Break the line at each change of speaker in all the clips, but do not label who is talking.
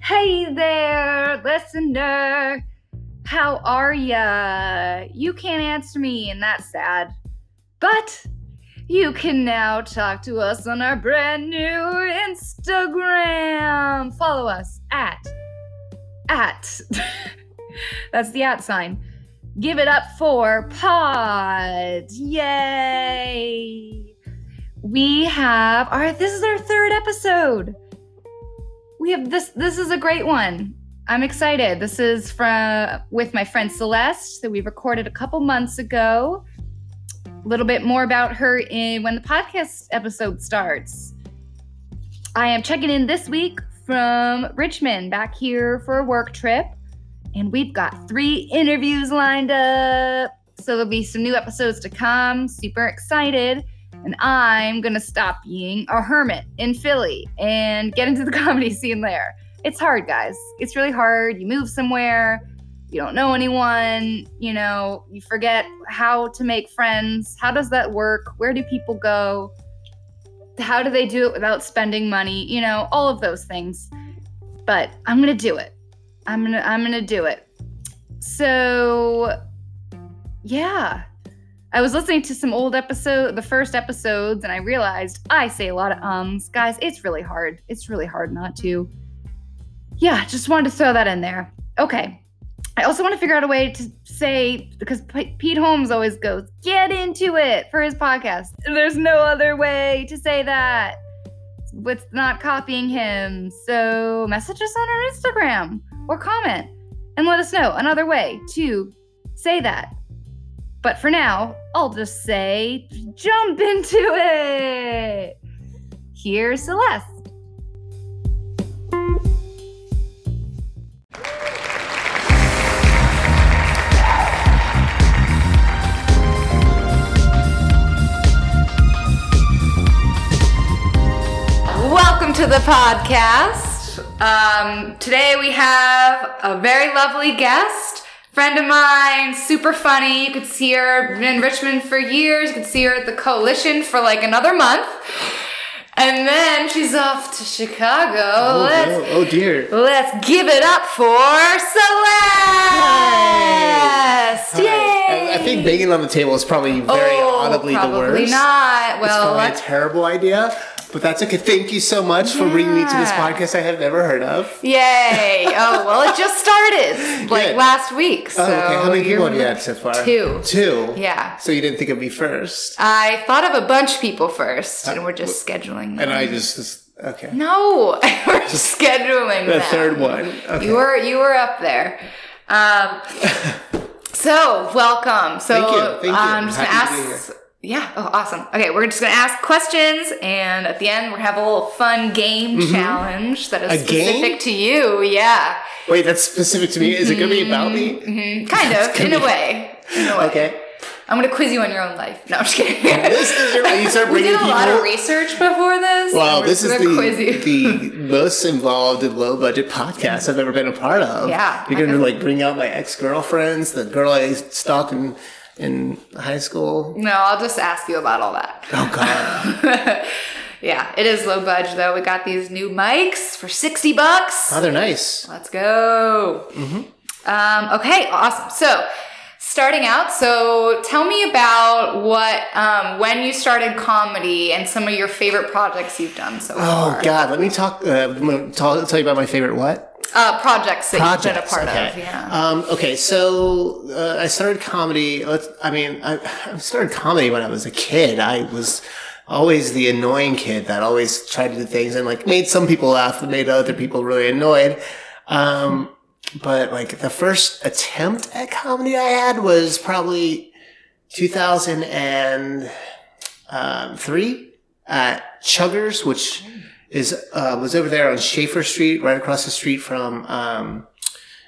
Hey there, listener. How are ya? You can't answer me, and that's sad. But you can now talk to us on our brand new Instagram. Follow us at at that's the at sign. Give it up for pod. Yay! We have our this is our third episode we have this this is a great one i'm excited this is from with my friend celeste that we recorded a couple months ago a little bit more about her in when the podcast episode starts i am checking in this week from richmond back here for a work trip and we've got three interviews lined up so there'll be some new episodes to come super excited and I'm gonna stop being a hermit in Philly and get into the comedy scene there. It's hard, guys. It's really hard. You move somewhere, you don't know anyone, you know, you forget how to make friends. How does that work? Where do people go? How do they do it without spending money? You know, all of those things. But I'm gonna do it. I'm gonna I'm gonna do it. So yeah, I was listening to some old episode, the first episodes, and I realized I say a lot of ums. Guys, it's really hard. It's really hard not to. Yeah, just wanted to throw that in there. Okay. I also want to figure out a way to say, because P- Pete Holmes always goes, get into it for his podcast. There's no other way to say that. It's not copying him. So message us on our Instagram or comment and let us know another way to say that. But for now, I'll just say jump into it. Here's Celeste. Welcome to the podcast. Um, today we have a very lovely guest, friend of mine, super funny. You could see her in Richmond for years. You could see her at the Coalition for like another month, and then she's off to Chicago.
Oh,
Let's
oh, oh dear.
let's give it up for Celeste.
All right. I, I think banging on the table is probably very
Oh,
audibly the
probably
worst.
not.
it's
Well,
probably
let's
a terrible idea, but that's okay. Thank you so much for bringing me to this
Yeah.
podcast I have never heard of.
Yay! Oh well, it just started like
Good.
last week. So
oh, okay. How many people
you're-
have you had so far?
Two.
Two.
Yeah.
So you didn't think of me first,
I thought of a bunch of people first, and we're just scheduling. Them.
Uh, and I just, just okay.
no, we're just scheduling
The
them.
third one. Okay.
You were you were up there. Um, so welcome. So um,
Thank you, thank you.
I'm just gonna
Happy to be
ask. Yeah. Oh, awesome. Okay, we're just gonna ask questions, and at the end, we're gonna have a little fun game challenge that is
Mm-hmm. A game?
specific to you. Yeah.
Wait, that's specific to me. Is it going to be about me?
Mm-hmm. Kind of, in a way. In a way.
Okay.
I'm gonna quiz you on your own life. No, I'm just kidding.
This is your. You start
we
bringing
did a
people.
lot of research before this.
Wow,
and we're
this is
just gonna quiz you.
the, the most involved and low budget podcast I've ever been a part of.
Yeah.
You're going to like bring out my ex girlfriends, the girl I stalked in, in high school.
no, I'll just ask you about all
Oh, God.
that. yeah, it is low budge though. We got these new mics for 60 bucks.
Oh, they're nice.
Let's go.
Mm-hmm.
Um, okay, awesome. So, starting out, so tell me about what, um, when you started comedy and some of your favorite projects you've done so far.
Oh, God. Let me talk, uh, I'm gonna tell, tell you about my favorite what?
Uh, projects that you've been a
projects.
part
okay.
of. Yeah.
Um, okay, so uh, I started comedy. Let's. I mean, I, I started comedy when I was a kid. I was always the annoying kid that always tried to do things and like made some people laugh and made other people really annoyed. Um, but like the first attempt at comedy I had was probably 2003 um, at Chuggers, which is uh, was over there on Schaefer Street, right across the street from um,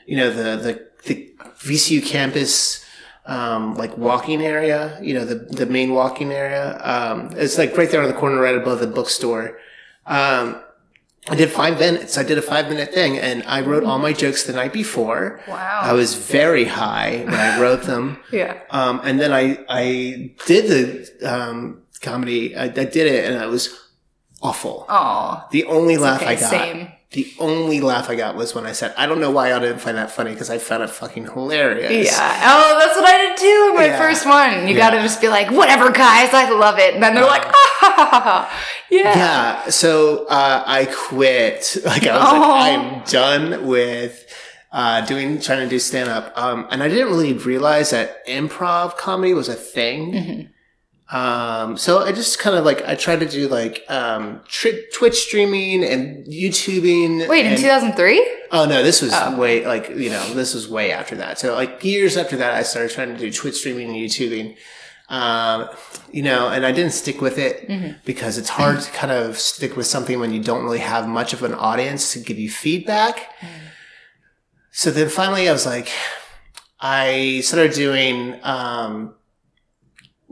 you know the the, the VCU campus um, like walking area, you know the the main walking area. Um, it's like right there on the corner, right above the bookstore. Um, I did five minutes. I did a five minute thing, and I wrote all my jokes the night before.
Wow.
I was very high when I wrote them.
yeah.
Um, and then I, I did the, um, comedy. I, I did it and I was awful.
Oh,
The only laugh
okay,
I got
same.
the only laugh I got was when I said, I don't know why I didn't find that funny because I found it fucking hilarious.
Yeah. Oh, that's what I did too. in My
Yeah.
first one. You
Yeah. Uh-huh.
gotta just be like, whatever, guys, I love it. And then they're like, ah, ha, ha, ha, ha. Yeah.
Yeah. So uh, I quit. Like I was
Oh.
like, I'm done with uh, doing trying to do stand up. Um, and I didn't really realize that improv comedy was a thing.
Mm-hmm.
Um, so I just kind of like I tried to do like um, tri- Twitch streaming and YouTubing.
Wait, in
and,
2003?
Oh no, this was
Oh.
way like you know this was way after that. So like years after that, I started trying to do Twitch streaming and YouTubing. Um, you know, and I didn't stick with it because it's hard to kind of stick with something when you don't really have much of an audience to give you feedback. So then finally, I was like, I started doing um,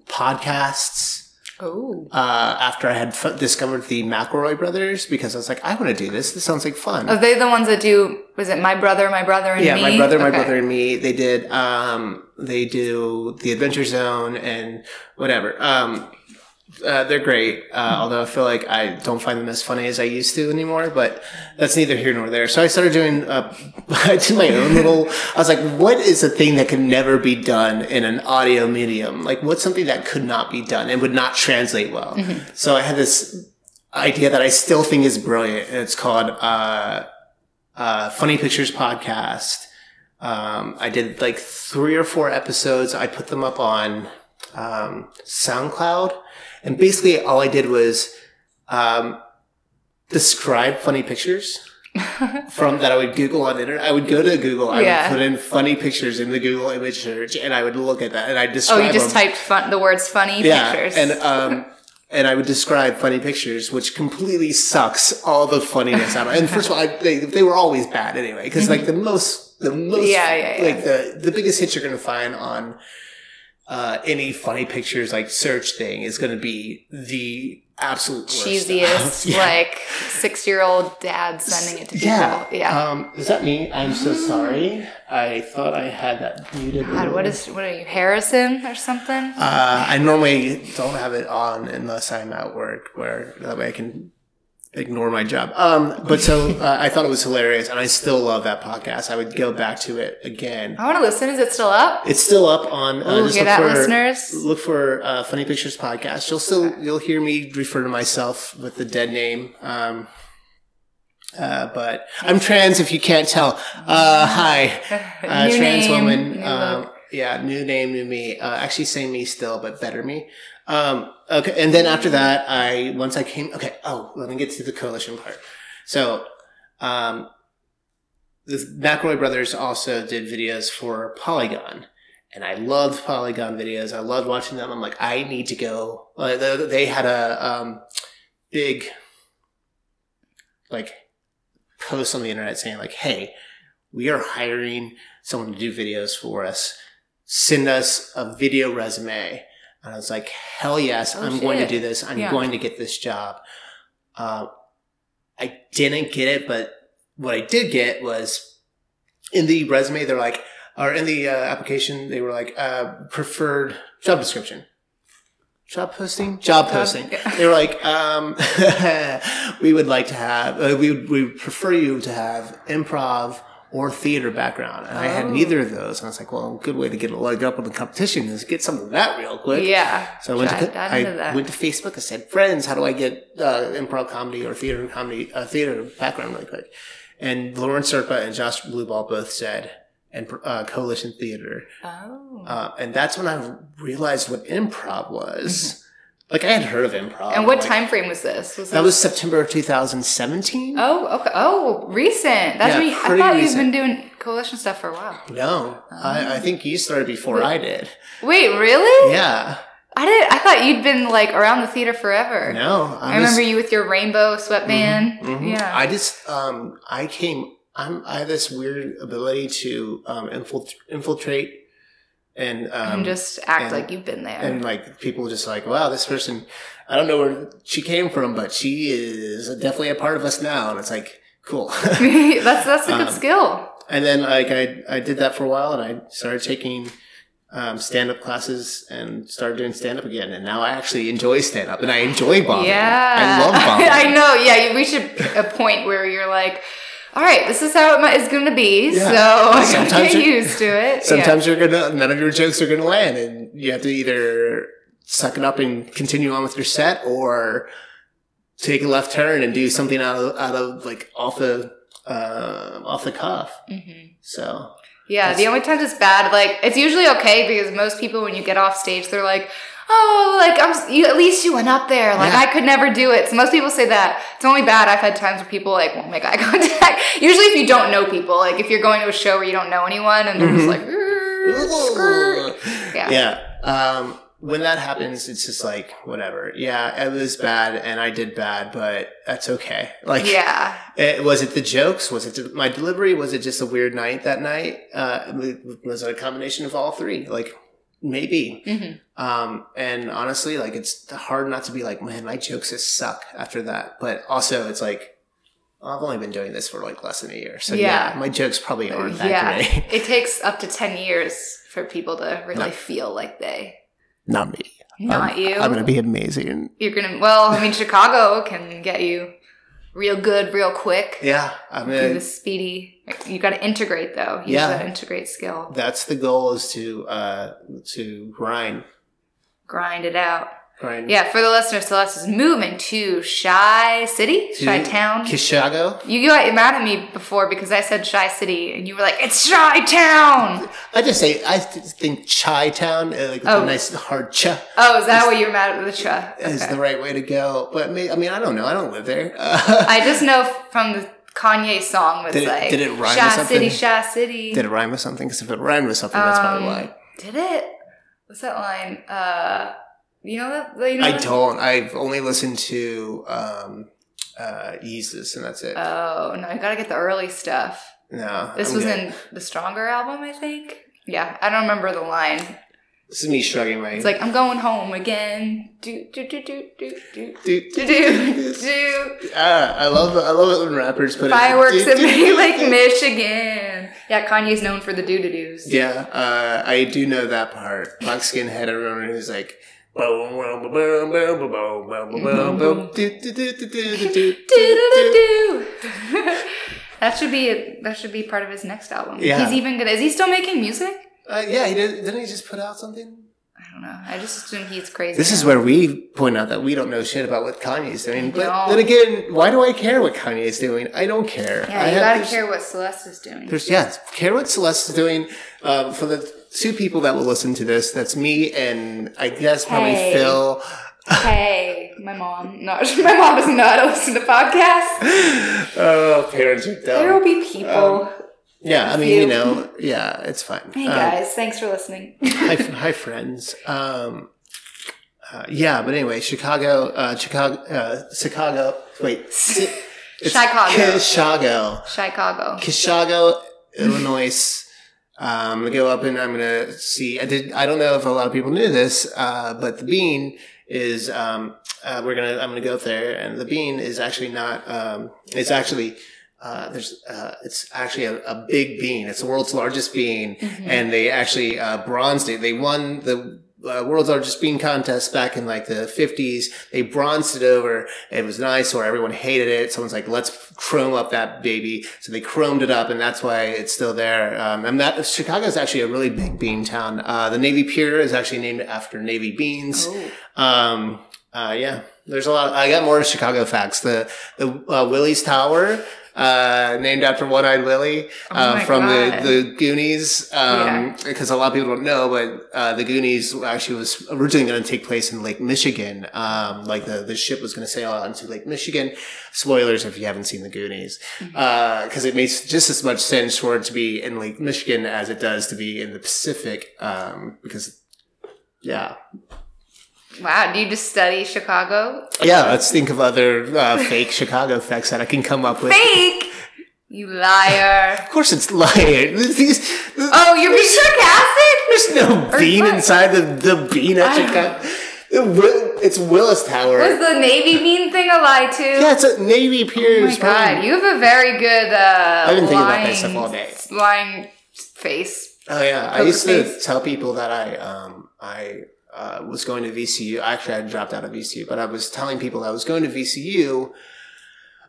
podcasts
Oh.
uh, after I had f- discovered the McElroy brothers because I was like, I want to do this. This sounds like fun.
Are they the ones that do, was it My Brother, My Brother, and
yeah,
Me?
my brother, my
Okay.
brother, and me. They did. Um, they do the Adventure Zone and whatever. Um, uh, they're great. Uh, although I feel like I don't find them as funny as I used to anymore. But that's neither here nor there. So I started doing. Uh, I did my own little. I was like, what is a thing that could never be done in an audio medium? Like, what's something that could not be done and would not translate well?
Mm-hmm.
So I had this idea that I still think is brilliant. And it's called uh, uh, Funny Pictures Podcast. Um, I did like three or four episodes. I put them up on um, SoundCloud. And basically, all I did was um, describe funny pictures. from that I would Google on the internet. I would go to Google, I
Yeah.
would put in funny pictures in the Google image search and I would look at that and I describe
Oh, you just
them.
typed fun, the words funny
yeah,
pictures.
and um and I would describe funny pictures, which completely sucks all the funniness out. of it. And first of all, I, they, they were always bad anyway, because like the most, the most,
Mm-hmm. Yeah, yeah, yeah.
like the the biggest hit you're gonna find on uh, any funny pictures like search thing is gonna be the absolute worst
Cheesiest,
Yeah.
like six year old dad sending it to people.
Yeah.
Yeah.
Um, is that me? I'm so sorry. I thought I had that muted.
God, what is, what are you, Harrison or something?
Uh, I normally don't have it on unless I'm at work, where that way I can ignore my job. Um, but so uh, I thought it was hilarious, and I still love that podcast. I would go back to it again.
I want to listen. Is it still up?
It's still up on. Uh,
Ooh,
just
hear
look
that,
for-
listeners?
Look for uh, Funny Pictures podcast. You'll still you'll hear me refer to myself with the dead name. Um, uh, but I'm trans, if you can't tell. Uh, hi uh,
New
trans
name,
woman.
new
Um,
look.
yeah, new name, new me. Uh, actually, same me still, but better me. Um, okay, and then after that, I once I came. Okay, oh, let me get to the coalition part. So, um, the McElroy brothers also did videos for Polygon. And I loved Polygon videos. I loved watching them. I'm like, I need to go. Like, they- They had a um, big, like, post on the internet saying, like, hey, we are hiring someone to do videos for us. Send us a video resume. And I was like, hell yes,
Oh,
I'm going to
shit.
do this. I'm
Yeah.
going to get this job. Uh, I didn't get it, but what I did get was in the resume, they're like, or in the uh, application, they were like, uh, preferred job description. Job posting? Job posting.
yeah.
They were like, um, we would like to have, uh, we, we would prefer you to have improv or theater background. And I had
Oh.
neither of those. And I was like, well, good way to get a leg up on the competition is get some of that real quick.
Yeah.
So I went,
Dive-
to,
dive
I
into that.
went to Facebook. I said, "Friends, how do I get uh, improv comedy or theater comedy uh, theater background really quick?" And Lauren Serpa and Josh Blueball both said, "And uh, Coalition Theater."
Oh.
Uh, and that's when I realized what improv was. Like I had heard of improv.
Mm-hmm. and what
like,
time frame was this? Was
That
this-
was September of 2017.
Oh, okay. Oh, recent. That's
Yeah,
me. I
pretty
thought you've been
recent.
doing coalition stuff for a while.
No, I,
Oh.
I think you started before I did.
Wait, really?
Yeah.
I did. I thought you'd been like around the theater forever.
No,
I
was-
remember you with your rainbow sweatband.
Mhm.
Yeah.
I just um I came I'm I have this weird ability to um infilt- infiltrate and um
and just act
and-
like you've been there.
and like people just like wow this person I don't know where she came from but she is definitely a part of us now and it's like cool
that's that's a good
Um,
skill.
and then like I I did that for a while and I started taking um, stand up classes and started doing stand up again. And now I actually enjoy stand up and I enjoy bombing.
Yeah.
I love bombing.
I know. Yeah. We should pick a point where you're like, all right, this is how it is going to be.
Yeah.
So I got to
Sometimes
get
you're-
used to it.
Sometimes you're gonna none of your jokes are gonna land, and you have to either suck it up and continue on with your set, or take a left turn and do something out of out of like off the um off the cuff.
Yeah. Mhm.
So
Yeah, the
That's-
only times it's bad, like it's usually okay because most people, when you get off stage, they're like, "Oh, like I'm s- you, at least you went up there. Like
Yeah.
I could never do it." So most people say that. It's only bad. I've had times where people like won't make eye contact. usually, if you don't know people, like if you're going to a show where you don't know anyone, and they're just
Mhm.
like, "Grrr, skirt." Yeah.
Um, when that happens, it's just like whatever. Yeah, it was bad, and I did bad, but that's okay. Like,
yeah,
Eh, was it the jokes? Was it the- my delivery? Was it just a weird night that night? Uh, was it a combination of all three? Like maybe.
Mhm.
Um, and honestly, like it's hard not to be like, man, my jokes just suck after that. But also, it's like I've only been doing this for like less than a year, so yeah,
Yeah.
my jokes probably aren't that
Yeah.
great.
it takes up to ten years for people to really
No.
feel like they
Not me.
not you.
I'm gonna be amazing.
You're gonna. Well, I mean, Chicago can get you real good, real quick.
Yeah, I'm
do
gonna.
the speedy. You got to integrate though. You
Yeah.
got to integrate skill.
That's the goal is to uh to grind,
Grind it out.
grind.
Yeah, for the listeners, Celeste is moving to Shy City, Shy
To
Town.
Kishago.
You got mad at me before because I said Shy City, and you were like, "It's Shy Town."
I just say I th- think Chi Town, uh, like with
Oh.
a nice hard ch,
Oh, is that what you're mad at the cha?
is
Okay.
the right way to go. But may, I mean, I don't know. I don't live there. Uh,
I just know from the Kanye song that's
Did it-
like,
did it rhyme
Shy
with something?
City, Shy City."
did it rhyme with something? Because if it rhymed with something, that's probably why.
Did it? What's that line? Uh, you know that? You know
I
that-
don't. I've only listened to um, uh, Jesus, and that's it.
Oh no, you gotta get the early stuff.
no,
This
I'm
was
good.
in the Stronger album, I think. Yeah, I don't remember the line.
This is me shrugging my.
It's like I'm going home again. Do do do do do do
Do,
do do do.
Ah, I love I love it when rappers put
Fireworks
it, do,
in
do,
Bay
do,
Lake,
do.
Michigan. Yeah, Kanye's known for the do do do's.
Yeah, uh, I do know that part. Buckskin had a runner who's like, "Boom, boom, boom, boom, boom, boom, boom, boom, boom, do, do, do, do, do, do, do,
Do do
do."
do. That should be that should be part of his next album.
Yeah.
He's even gonna. Is he still making music?
Uh, yeah, he did, didn't he just put out something?
I don't know. I just assume he's crazy.
This is
now.
where we point out that we don't know shit about what Kanye's doing. But
No.
then again, why do I care what Kanye's doing? I don't care. I
Yeah, you
have
gotta
this-
care what Celeste is doing.
There's yeah, care what Celeste is doing. Um, for the two people that will listen to this, that's me and I guess probably
Hey.
Phil.
Hey, my mom. No, my mom doesn't know how to listen to podcasts.
oh, parents are dumb.
There will be people.
Um, Yeah, I mean,
you.
you know, yeah, it's fine.
hey
Um,
guys, thanks for listening.
hi, hi, friends. Um, uh, yeah, but anyway, Chicago, uh, Chicago, uh, Chicago. Wait, si- it's
Chicago.
Chicago,
Chicago.
Chicago, Illinois. Um, I'm gonna go up and I'm gonna see. I did. I don't know if a lot of people knew this, uh, but the bean is. Um, uh, we're gonna. I'm gonna go up there, and the bean is actually not. Um, it's actually. Uh, there's. Uh, it's actually a, a big bean. It's the world's largest bean,
Mm-hmm.
and they actually uh, bronzed it. They won the. Uh, world's largest bean contest back in like the 50s they bronzed it over it was an eyesore everyone hated it someone's like let's chrome up that baby so they chromed it up and that's why it's still there um, and that chicago's actually a really big bean town uh, the navy pier is actually named after navy beans
Oh.
um, uh, yeah, there's a lot. I got more Chicago facts. The the uh, Willie's Tower, uh, named after One Eyed Willie
Oh
uh,
my
from
God.
the, the Goonies,
Yeah.
um, because a lot of people don't know, but uh, the Goonies actually was originally going to take place in Lake Michigan. Um, like the the ship was going to sail out into Lake Michigan. Spoilers if you haven't seen the Goonies,
Mm-hmm.
because it makes just as much sense for it to be in Lake Michigan as it does to be in the Pacific, um, because. Yeah.
Wow, do you just study Chicago?
Yeah, let's think of other uh, fake Chicago facts that I can come up with.
Fake! You liar.
Of course, it's lying. There's, these-
Oh, you're being sarcastic?
there's no
Or
bean
what?
inside the, the bean at
I-
Chicago. The Will- It's Willis Tower.
Was the Navy mean thing a lie too?
yeah, it's a Navy Pier.
Oh my
is fine.
god, you have a very good uh,
I've been thinking about
lying-
that stuff all day.
lying face
Oh yeah, I
Poker
used to
face.
tell people that I um I uh, was going to VCU. Actually, I dropped out of VCU, but I was telling people I was going to VCU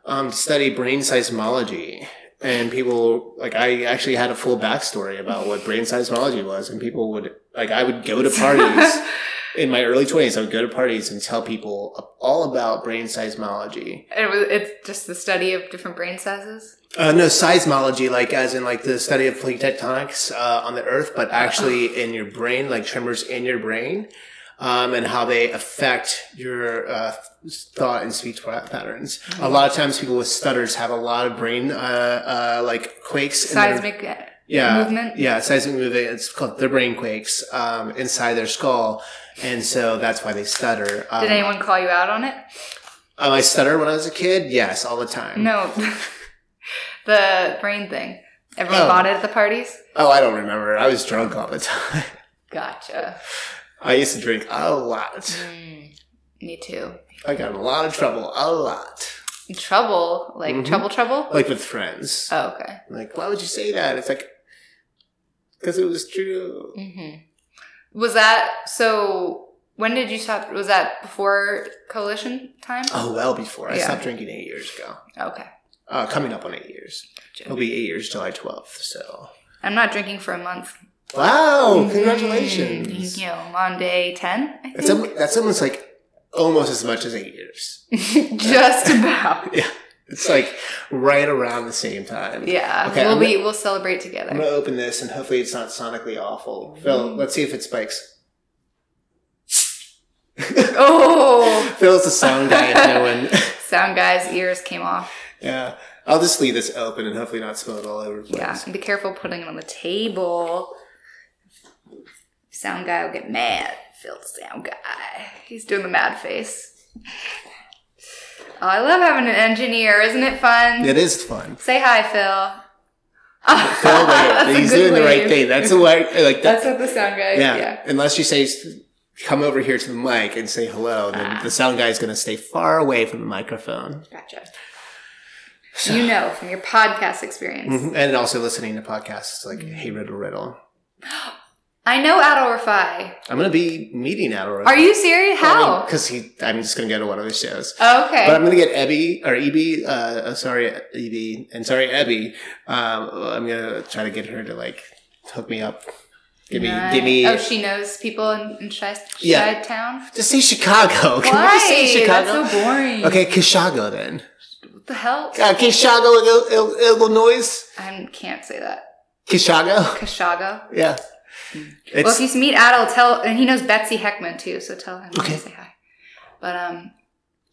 um to study brain seismology. And people like I actually had a full backstory about what brain seismology was, and people would like I would go to parties in my early twenties. I would go to parties and tell people all about brain seismology.
It was, it's just the study of different brain sizes.
Uh, no, seismology, like as in like the study of plate tectonics uh, on the Earth, but actually in your brain, like tremors in your brain, um, and how they affect your uh, thought and speech pa- patterns. A lot of times, people with stutters have a lot of brain uh, uh, like quakes. in their-
Seismic. uh,
yeah,
movement?
Yeah, seismic movement. It's called their brain quakes um, inside their skull, and so that's why they stutter. Um,
Did anyone call you out on it?
um, I stutter when I was a kid. Yes, all the time.
No, the brain thing. Everyone
Oh.
bought it at the parties.
Oh, I don't remember. I was drunk all the time.
Gotcha.
I used to drink a lot.
Mm, me too.
I got in a lot of trouble, a lot.
Trouble, like
Mhm.
trouble, trouble.
Like with friends.
Oh, okay.
Like, why would you say that? It's like, because it was true.
hmm Was that so? When did you stop? Was that before coalition time?
Oh, well before. I
Yeah.
stopped drinking eight years ago.
Okay.
Uh, coming up on eight years.
Gotcha.
It'll be eight years July 12th, so.
I'm not drinking for a month.
Wow,
Mhm.
Oh, congratulations.
Thank you. I'm on day ten. I
That's,
think.
al- that's almost like almost as much as eight years.
Just about.
It's like right around the same time.
Yeah.
Okay,
we'll
I'm
be. We'll celebrate together.
I'm going to open this and hopefully it's not sonically awful. Phil,
Mhm.
let's see if it spikes.
Oh,
Phil's the sound guy if no one.
sound guy's ears came off.
Yeah. I'll just leave this open and hopefully not spill it all over the place.
Yeah, and be careful putting it on the table. Sound guy will get mad. Phil, the sound guy, he's doing the mad face. Oh, I love having an engineer. Isn't it fun?
It is fun.
Say hi, Phil.
Phil,
That's
like,
a
he's
good
doing the right
wave.
thing. That's the way, like that.
That's what the sound guy.
yeah.
Yeah.
Unless you say, come over here to the mic and say hello, then
Ah.
the sound guy is going to stay far away from the microphone.
Gotcha. You know from your podcast experience.
Mhm. And also listening to podcasts like
Mm-hmm.
Hey Riddle Riddle.
I know Adol Rafi.
I'm going to be meeting Adol.
Are you serious? How?
Because he, I'm just going to go to one of his shows.
okay.
But I'm gonna get Ebby or Eb, uh, uh, sorry Eb, and sorry Ebby. Um, I'm gonna try to get her to like hook me up, give me,
Nice.
give me.
Oh, she knows people in, in Shy, Shy
Yeah.
Town.
just say Chicago. Can we
Why?
just say Chicago?
That's so boring.
okay, Kishago then.
What the hell?
Uh, Kishago, Il- Il- Illinois.
I can't say that.
Kishago.
Kashago.
Yeah. It's
well, if you meet Adel, tell and he knows Betsy Heckman too, so tell him
Okay.
to say hi. But um,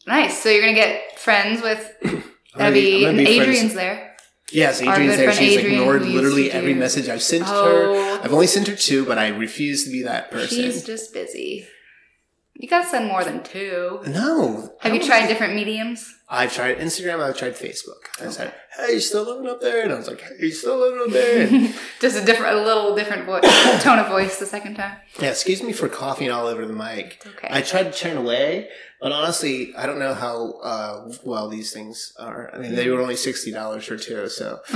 nice. So you're gonna get friends with
I'm gonna be-
Evie and
I'm gonna be friends-
Adrian's there.
Yes,
Our
Adrian's
good
there.
friend
She's
Adrian,
ignored
who used
literally
to do-
every message I've sent her.
Oh,
I've only sent her two, but I refuse to be that person.
she's just busy. You gotta send more than two.
no. I
Have you
don't
tried different mediums?
I've tried Instagram. I've tried Facebook. I said,
Okay.
"Hey, you still living up there?" And I was like, "Hey, you still living up there?" And,
just a different, a little different voice, tone of voice the second time.
yeah, excuse me for coughing all over the mic.
It's okay.
I tried to turn away, but honestly, I don't know how uh, well these things are. I mean, they were only sixty dollars for two, so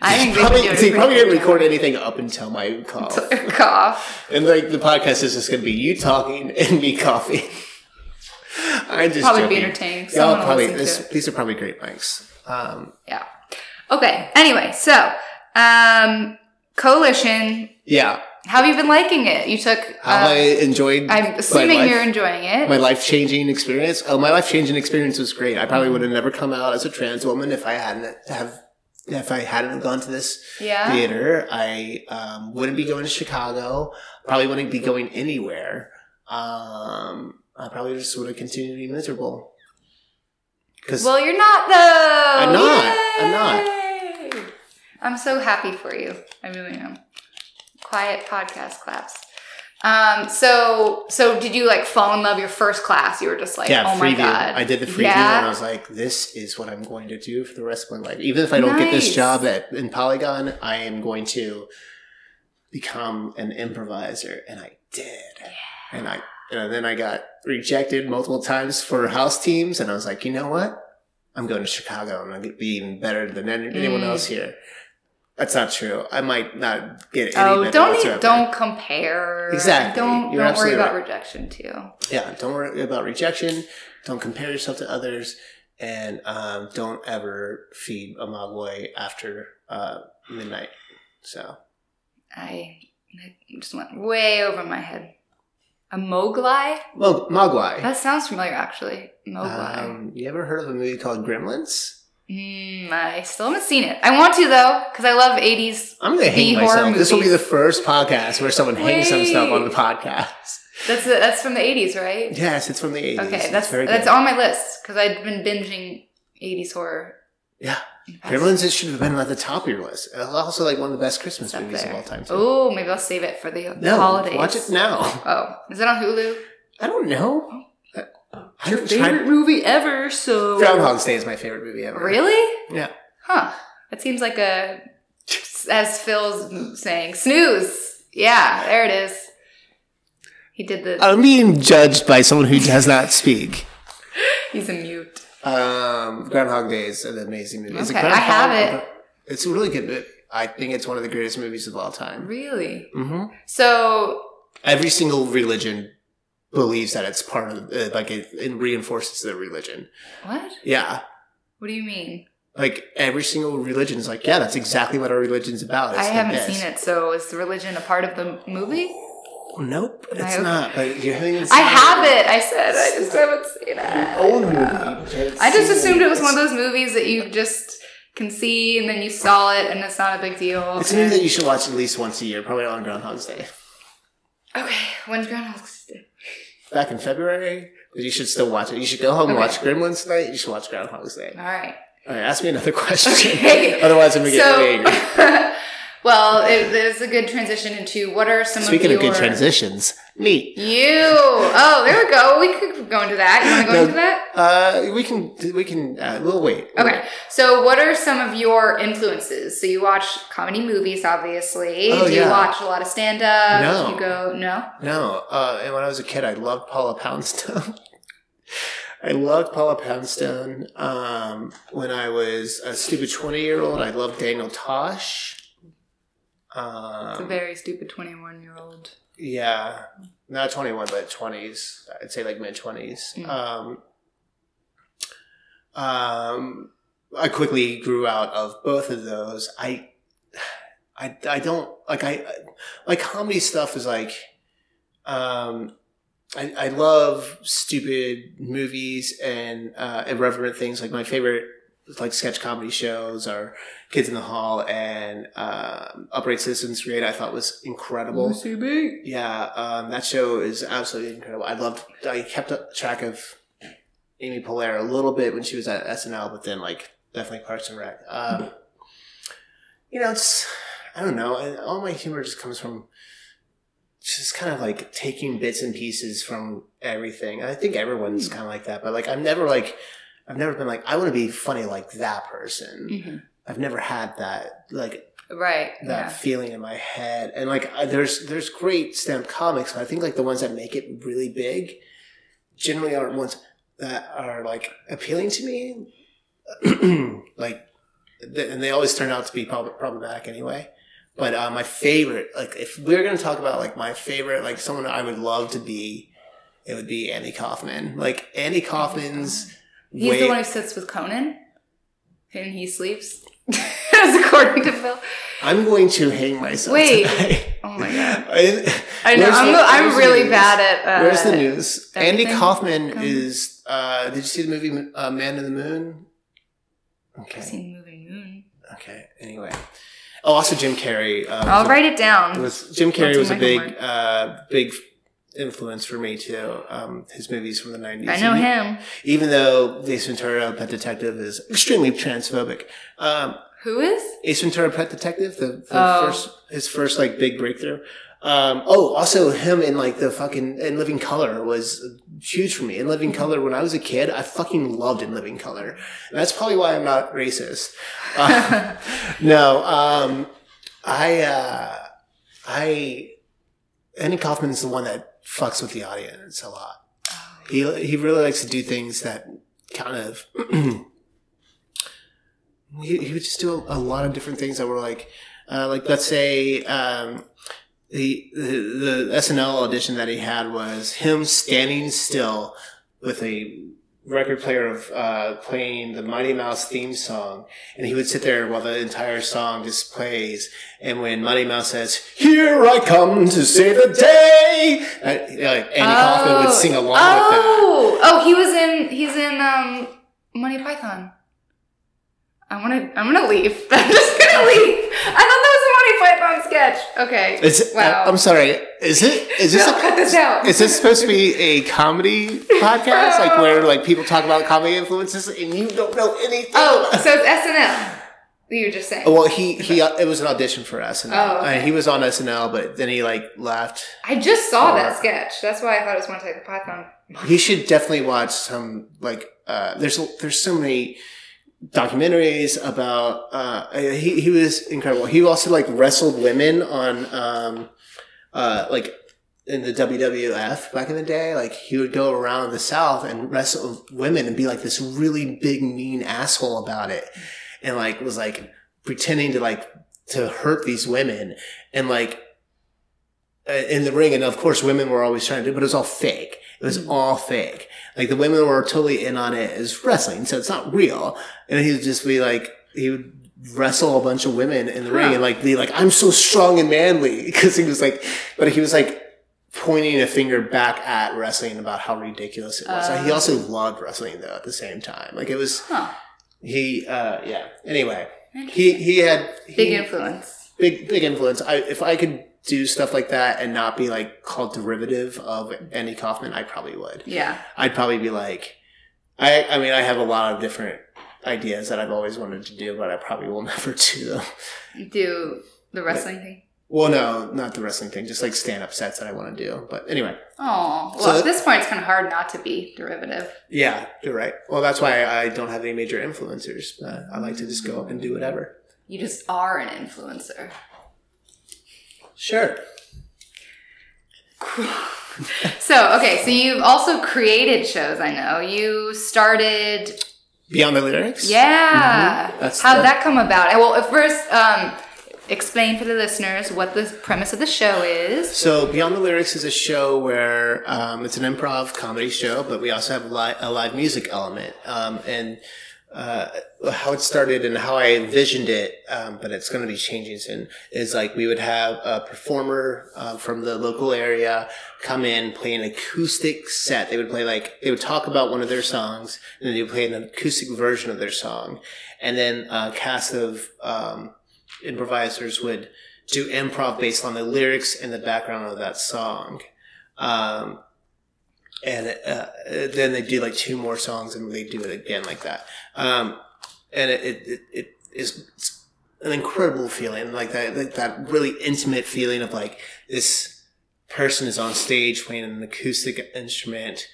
I think they
probably
should do a
they
different
probably didn't record
job.
anything up until my cough.
Cough.
and like the podcast is just going to be you talking and me coughing. I'm just
Probably be
joking.
entertaining. Someone
Y'all
will
probably
listen to
this,
it.
these are probably great mics. Um,
Yeah. Okay. Anyway, so um, coalition.
yeah,
How have you been liking it? You took.
how I
Uh,
enjoyed.
I, am
my
assuming
life.
you're enjoying it.
my life changing experience. Oh, my life changing experience was great. I probably would have never come out as a trans woman if I hadn't have if I hadn't gone to this
yeah.
theater. I um, wouldn't be going to Chicago. Probably wouldn't be going anywhere. Um, I probably just would have continued to be miserable. Because
Well, you're not though.
I'm not. I'm not.
not. I'm so happy for you. I really am. Quiet podcast claps. Um, so so did you like fall in love your first class? You were just like,
yeah,
oh my
freeview.
god.
I did the freeview
Yeah.
and I was like, this is what I'm going to do for the rest of my life. Even if I don't get this
Nice.
job at in Polygon, I am going to become an improviser. And I did. And I and then I got rejected multiple times for house teams and I was like, you know what? I'm going to Chicago. I'm going to be even better than any- anyone
Mm.
else here. That's not true. I might not get any.
Oh,
benefit
don't
whatsoever.
even, don't compare.
Exactly.
Don't
You're
don't worry
absolutely
about
right.
rejection too.
Yeah, don't worry about rejection. Don't compare yourself to others, and um, don't ever feed a mogwai after uh, midnight. So
I, I just went way over my head. A Moglai?
well, mogwai.
That sounds familiar, actually. Moglai.
Um, you ever heard of a movie called Gremlins?
Mm, I still haven't seen it. I want to though, because I love '80s.
I'm gonna hang
The horror
myself. This will be
movies.
the first podcast where someone hangs some stuff on the
Wait.
podcast.
That's that's from the '80s, right?
Yes, it's from the 80s.
Okay,
It's
that's
very
that's
good.
on my list because I've been binging '80s horror.
Yeah. Gremlins it should have been at the top of your list. It's also like one of the best Christmas movies of all time. too.
Oh, maybe I'll save it for the
no,
holidays.
watch it now.
Oh, is it on Hulu?
I don't know. I
Your
haven't
favorite
tried-
movie ever, so
Groundhog's Day is my favorite movie ever.
Really?
Yeah.
Huh. That seems like a as Phil's saying, snooze. Yeah, there it is. He did the
I'm being judged by someone who does not speak.
he's a mute.
Um, Groundhog Day is an amazing movie. It's a
Okay, I have
groundhog- It's a really good movie. I think it's one of the greatest movies of all time.
Really?
hmm
So
Every single religion believes that it's part of, uh, like, it, it reinforces their religion.
what?
Yeah.
What do you mean?
Like, every single religion is like, yeah, that's exactly what our religion's about. It's
I
like
haven't
this.
seen it, so is religion a part of the movie?
Oh, nope, it's
I-
not. But you haven't even
I
seen
have it, I said. I just haven't seen
An
it.
old movie.
I just assumed it was one of those movies that you just can see and then you saw it and it's not a big deal.
It's a movie that you should watch at least once a year, probably on Groundhog's Day.
Okay, when's Groundhog's Day?
Back in February, but you should still watch it. You should go home and
Okay.
watch Gremlins tonight. You should watch Groundhog's Day.
All right.
All right, ask me another question.
Okay.
Otherwise, I'm gonna get really angry.
So, well, it, it's a good transition into what are some
Speaking
of
of
your
good transitions, me.
You. Oh, there we go. We could go into that. You want to go
No.
into that?
Uh, we can we can uh, we'll wait. We'll
Okay.
wait.
So, what are some of your influences? So, you watch comedy movies, obviously.
Oh,
Do you
yeah.
watch a lot of stand up?
No.
You go, no?
No. Uh, and when I was a kid, I loved Paula Poundstone. I loved Paula Poundstone. Um, when I was a stupid twenty-year-old, I loved Daniel Tosh.
It's a
Um,
very stupid 21 year old.
Yeah, not 21, but 20s. I'd say like mid 20s.
Mm.
Um, um, I quickly grew out of both of those. I, I, I don't like I, my comedy stuff is like, um, I, I love stupid movies and uh, irreverent things. Like my favorite like sketch comedy shows are Kids in the Hall and um Upright Citizens Brigade. I thought was incredible.
UCB.
Yeah, um, that show is absolutely incredible. I loved. I kept up track of Amy Poehler a little bit when she was at SNL, but then like definitely Parks and Rec. Um, you know, it's I don't know. I- All my humor just comes from just kind of like taking bits and pieces from everything. And I think everyone's kind of like that, but like I'm never like I've never been like I want to be funny like that person.
Mhm.
I've never had that like
Right.
that
Yeah.
feeling in my head. And like I, there's there's great stand comics, but I think like the ones that make it really big generally aren't ones that are like appealing to me. like th- and they always turn out to be prob- problematic anyway. But uh, my favorite, like if we were going to talk about like my favorite, like someone I would love to be, it would be Andy Kaufman. Like Andy Kaufman's
He's
way-
the one who sits with Conan and he sleeps, as according to Phil.
I'm going to hang myself.
Wait.
tonight.
Oh my God. I
I
know. I'm, I'm really
bad at.
bad at. Uh,
Where's the news? Andy
everything?
Kaufman
Um,
is. Uh, did you see the movie uh, Man in the Moon?
I've
Okay.
seen Moving Moon.
Okay. Anyway. Oh, also Jim Carrey. Um,
I'll write it down.
Was, Jim Carrey
That's
was a
my
big,
homework.
uh, big influence for me too. Um, his movies from the nineties.
I know him.
Even though Ace Ventura: Pet Detective is extremely transphobic. Um,
Who is?
Ace Ventura: Pet Detective, the, the
Oh.
first his first like big breakthrough. Um, oh, also him in like the fucking in Living Color was huge for me. In Living Color, when I was a kid, I fucking loved In Living Color. And that's probably why I'm not racist. Uh, no, um, I uh, I Andy Kaufman's the one that fucks with the audience a lot. He he really likes to do things that kind of He, he would just do a, a lot of different things that were like, uh, like let's say um, the, the the SNL audition that he had was him standing still with a record player of uh, playing the Mighty Mouse theme song, and he would sit there while the entire song just plays. And when Mighty Mouse says, "Here I come to save the day," uh, like Andy Kaufman would sing along with that.
Oh, oh, he was in. He's in um, Money Python. I want to. I'm gonna leave. I'm just gonna leave. I thought that was a Money Python sketch. Okay.
Is
Wow.
wow. I'm sorry. Is it? Is this?
No,
a-
cut this out.
Is this supposed to be a comedy podcast, like where like people talk about comedy influences and you don't know anything?
oh, so it's SNL. You were just saying.
Well, he he. uh, It was an audition for SNL.
Oh, okay.
Uh, he was on SNL, but then he like left.
I just saw that sketch. That's why I thought it was Money Python.
He should definitely watch some like. Uh, there's there's so many documentaries about. Uh, he he was incredible. He also like wrestled women on um, uh, like in the WWF back in the day. Like he would go around the South and wrestle women and be like this really big mean asshole about it, and like was like pretending to like to hurt these women and like uh, in the ring and of course women were always trying to do but it was all fake it was all fake like the women were totally in on it as wrestling so it's not real and he would just be like he would wrestle a bunch of women in the ring and like be like i'm so strong and manly because he was like but he was like pointing a finger back at wrestling about how ridiculous it was he also loved wrestling though at the same time like it was
Huh.
he uh yeah anyway
Interesting.
he he had he,
Big influence.
big big influence. I if I could do stuff like that and not be like called derivative of Andy Kaufman, I probably would.
Yeah.
I'd probably be like, I I mean, I have a lot of different ideas that I've always wanted to do, but I probably will never do them.
Do the wrestling thing.
Well, no, not the wrestling thing, just like stand up sets that I want to do. But anyway,
Oh, well,
So-
at this point, it's kind of hard not to be derivative.
yeah, you're right. Well, that's why I don't have any major influencers. But I like to just go up and do whatever.
You just are an influencer.
Sure.
So, okay, so you've also created shows, I know. You started,
Beyond the lyrics.
yeah.
Mm-hmm. That's
How'd
the-
that come about? And, Well, first, um, explain for the listeners what the premise of the show is.
So Beyond the Lyrics is a show where um, it's an improv comedy show, but we also have li- a live music element. Um, and uh, how it started and how I envisioned it, um, but it's going to be changing soon, is like we would have a performer uh, from the local area come in, play an acoustic set. They would play like, they would talk about one of their songs, and then they would play an acoustic version of their song. And then a cast of um, improvisers would do improv based on the lyrics and the background of that song. Um, and uh, then they do like two more songs and they do it again like that. Um, and it, it, it, it is it's an incredible feeling, like that, like that really intimate feeling of like this person is on stage playing an acoustic instrument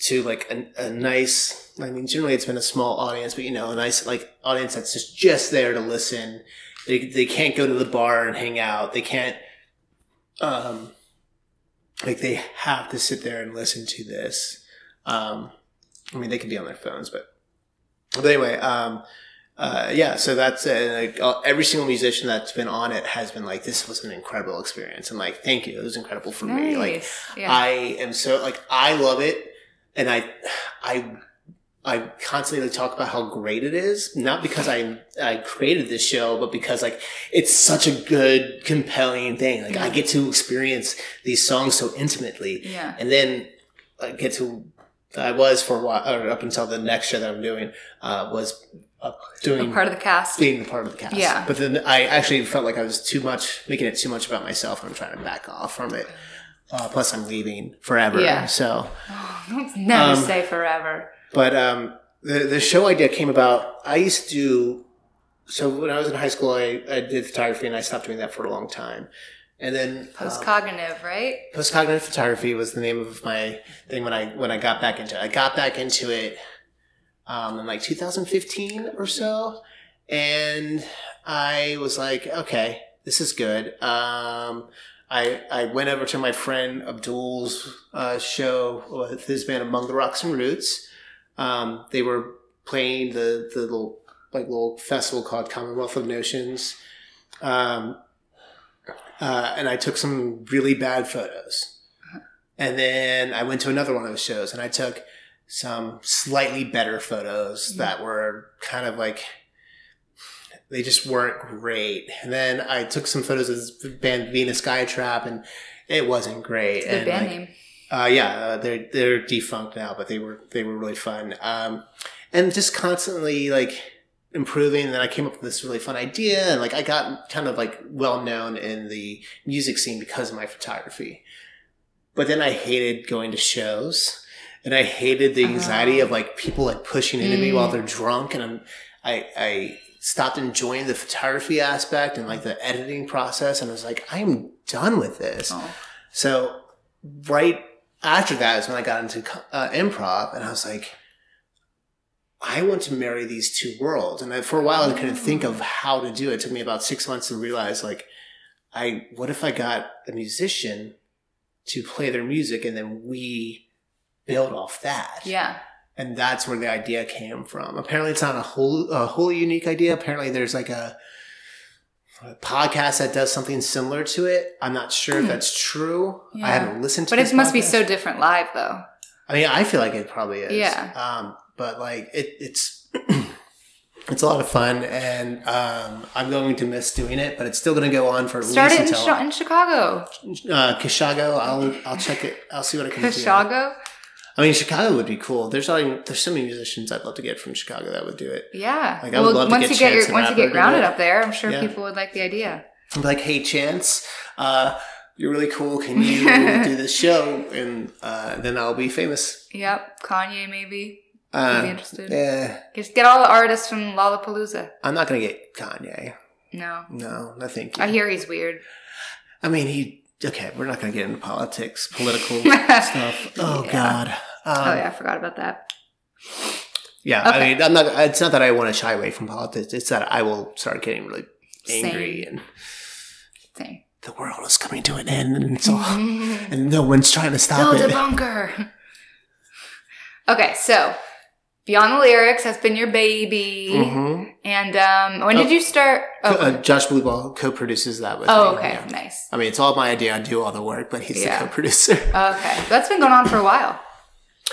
to like a, a nice, I mean, generally it's been a small audience, but you know, a nice like audience that's just, just there to listen they they can't go to the bar and hang out. They can't um like they have to sit there and listen to this. Um I mean they could be on their phones, but but anyway, um uh yeah, so that's it. And, like uh, every single musician that's been on it has been like this was an incredible experience and like thank you. It was incredible for me. Like
yeah.
I am so like I love it, and I, I, I constantly talk about how great it is. Not because I I created this show, but because like it's such a good, compelling thing. Like I get to experience these songs so intimately,
yeah.
and then I get to I was for a while or up until the next show that I'm doing uh, was uh,
A
doing
part of the cast.
being a part of the cast.
Yeah.
But then I actually felt like I was too much, making it too much about myself. and I'm trying to back off from it. Uh, plus, I'm leaving forever.
Yeah.
So,
Don't never
Um,
say forever.
but um, the the show idea came about. I used to do. So when I was in high school, I, I did photography, and I stopped doing that for a long time. And then
Post
um,
cognitive, right?
postcognitive photography was the name of my thing when I when I got back into it. I got back into it um, in like 2015 or so, and I was like, okay, this is good. Um, I I went over to my friend Abdul's uh, show with his band Among the Rocks and Roots. Um, they were playing the the little like little festival called Commonwealth of Notions, um, uh, and I took some really bad photos. And then I went to another one of those shows, and I took some slightly better photos
Yeah.
that were kind of like they just weren't great. And then I took some photos of this band Venus Skytrap, and it wasn't great.
It's a good
and
band
like,
name.
uh, yeah, uh, they're they're defunct now, but they were they were really fun. Um, and just constantly like improving. And then I came up with this really fun idea, and like I got kind of like well known in the music scene because of my photography. But then I hated going to shows, and I hated the anxiety
Oh.
of like people like pushing into me
Mm.
while they're drunk, and I'm, I I stopped enjoying the photography aspect and like the editing process, and I was like, I'm done with this.
Oh.
So right after that is when I got into co- uh, improv, and I was like, I want to marry these two worlds. And I, for a while, I couldn't think of how to do it. It took me about six months to realize, like, I what if I got a musician to play their music, and then we build off that
Yeah.
and that's where the idea came from. Apparently, it's not a whole a wholly unique idea. Apparently, there's like a, a podcast that does something similar to it. I'm not sure if
Hmm.
that's true.
Yeah.
I haven't listened to.
But it
this
must be
podcast.
so different live, though.
I mean, I feel like it probably is.
Yeah.
Um, but like it, it's it's a lot of fun, and um, I'm going to miss doing it. But it's still going to go on for at
Started in,
least
Chi-
until
in Chicago.
uh, Chicago. I'll I'll check it. I'll see what I can do.
Chicago?
I mean, Chicago would be cool. There's not even, there's so many musicians I'd love to get from Chicago that would do it.
Yeah.
Like, I would love to
once
get
you get
Chance
your,
the
once you
Rapper
get
to
grounded
do it.
up there, I'm sure
Yeah.
people would like the idea.
I'm like, hey, Chance, uh, you're really cool. Can you do this show? And uh, then I'll be famous.
Yep. Kanye maybe. Would be
Uh,
interested.
yeah,
Just get all the artists from Lollapalooza.
I'm not gonna get Kanye.
No.
No, no, thank you.
I hear he's weird.
I mean, he. Okay, we're not gonna get into politics, political stuff. Oh
Yeah.
God. Um,
oh yeah, I forgot about that.
yeah, I
Okay.
mean, I'm not. It's not that I want to shy away from politics. It's that I will start getting really angry, and
Same.
the world is coming to an end, and it's
Mm-hmm.
all,
Build
and no one's trying to Oh. stop
a
it.
bunker. Okay, so Beyond the Lyrics has been your baby.
hmm
And um, when
Oh.
did you start? Oh,
uh, Josh Blueball co-produces that with
oh
me.
okay.
yeah.
Nice.
I mean, it's all my idea. I do all the work, but he's
Yeah.
the co-producer.
Okay. That's been going on for a while.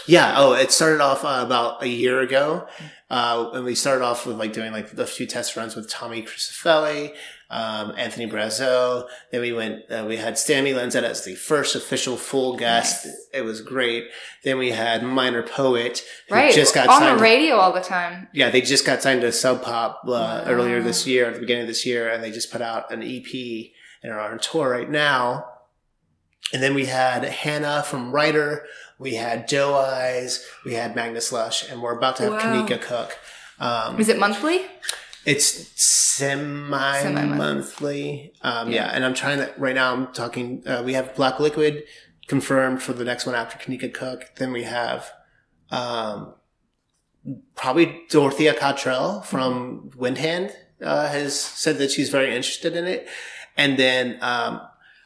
yeah. Oh, it started off uh, about a year ago, uh, and we started off with like doing like a few test runs with Tommy Crucifelli, um, Anthony Brazo. Then we went. Uh, we had Stanley Lenzette as the first official full guest.
Nice.
It was great. Then we had Minor Poet, who
Right.
just got
on
signed
the
to
radio all the time.
yeah, they just got signed to Sub Pop uh,
Wow.
earlier this year, at the beginning of this year, and they just put out an EP and are on tour right now. And then we had Hannah from Writer, we had Doe Eyes, we had Magnus Lush, and we're about to have
Wow.
Kanika Cook. Um,
Is it monthly?
it's semi monthly. Um, yeah.
Yeah.
and I'm trying to, right now, I'm talking, uh, we have Black Liquid confirmed for the next one after Kanika Cook. Then we have um, probably Dorothea Cottrell from Windhand uh, has said that she's very interested in it. And then um,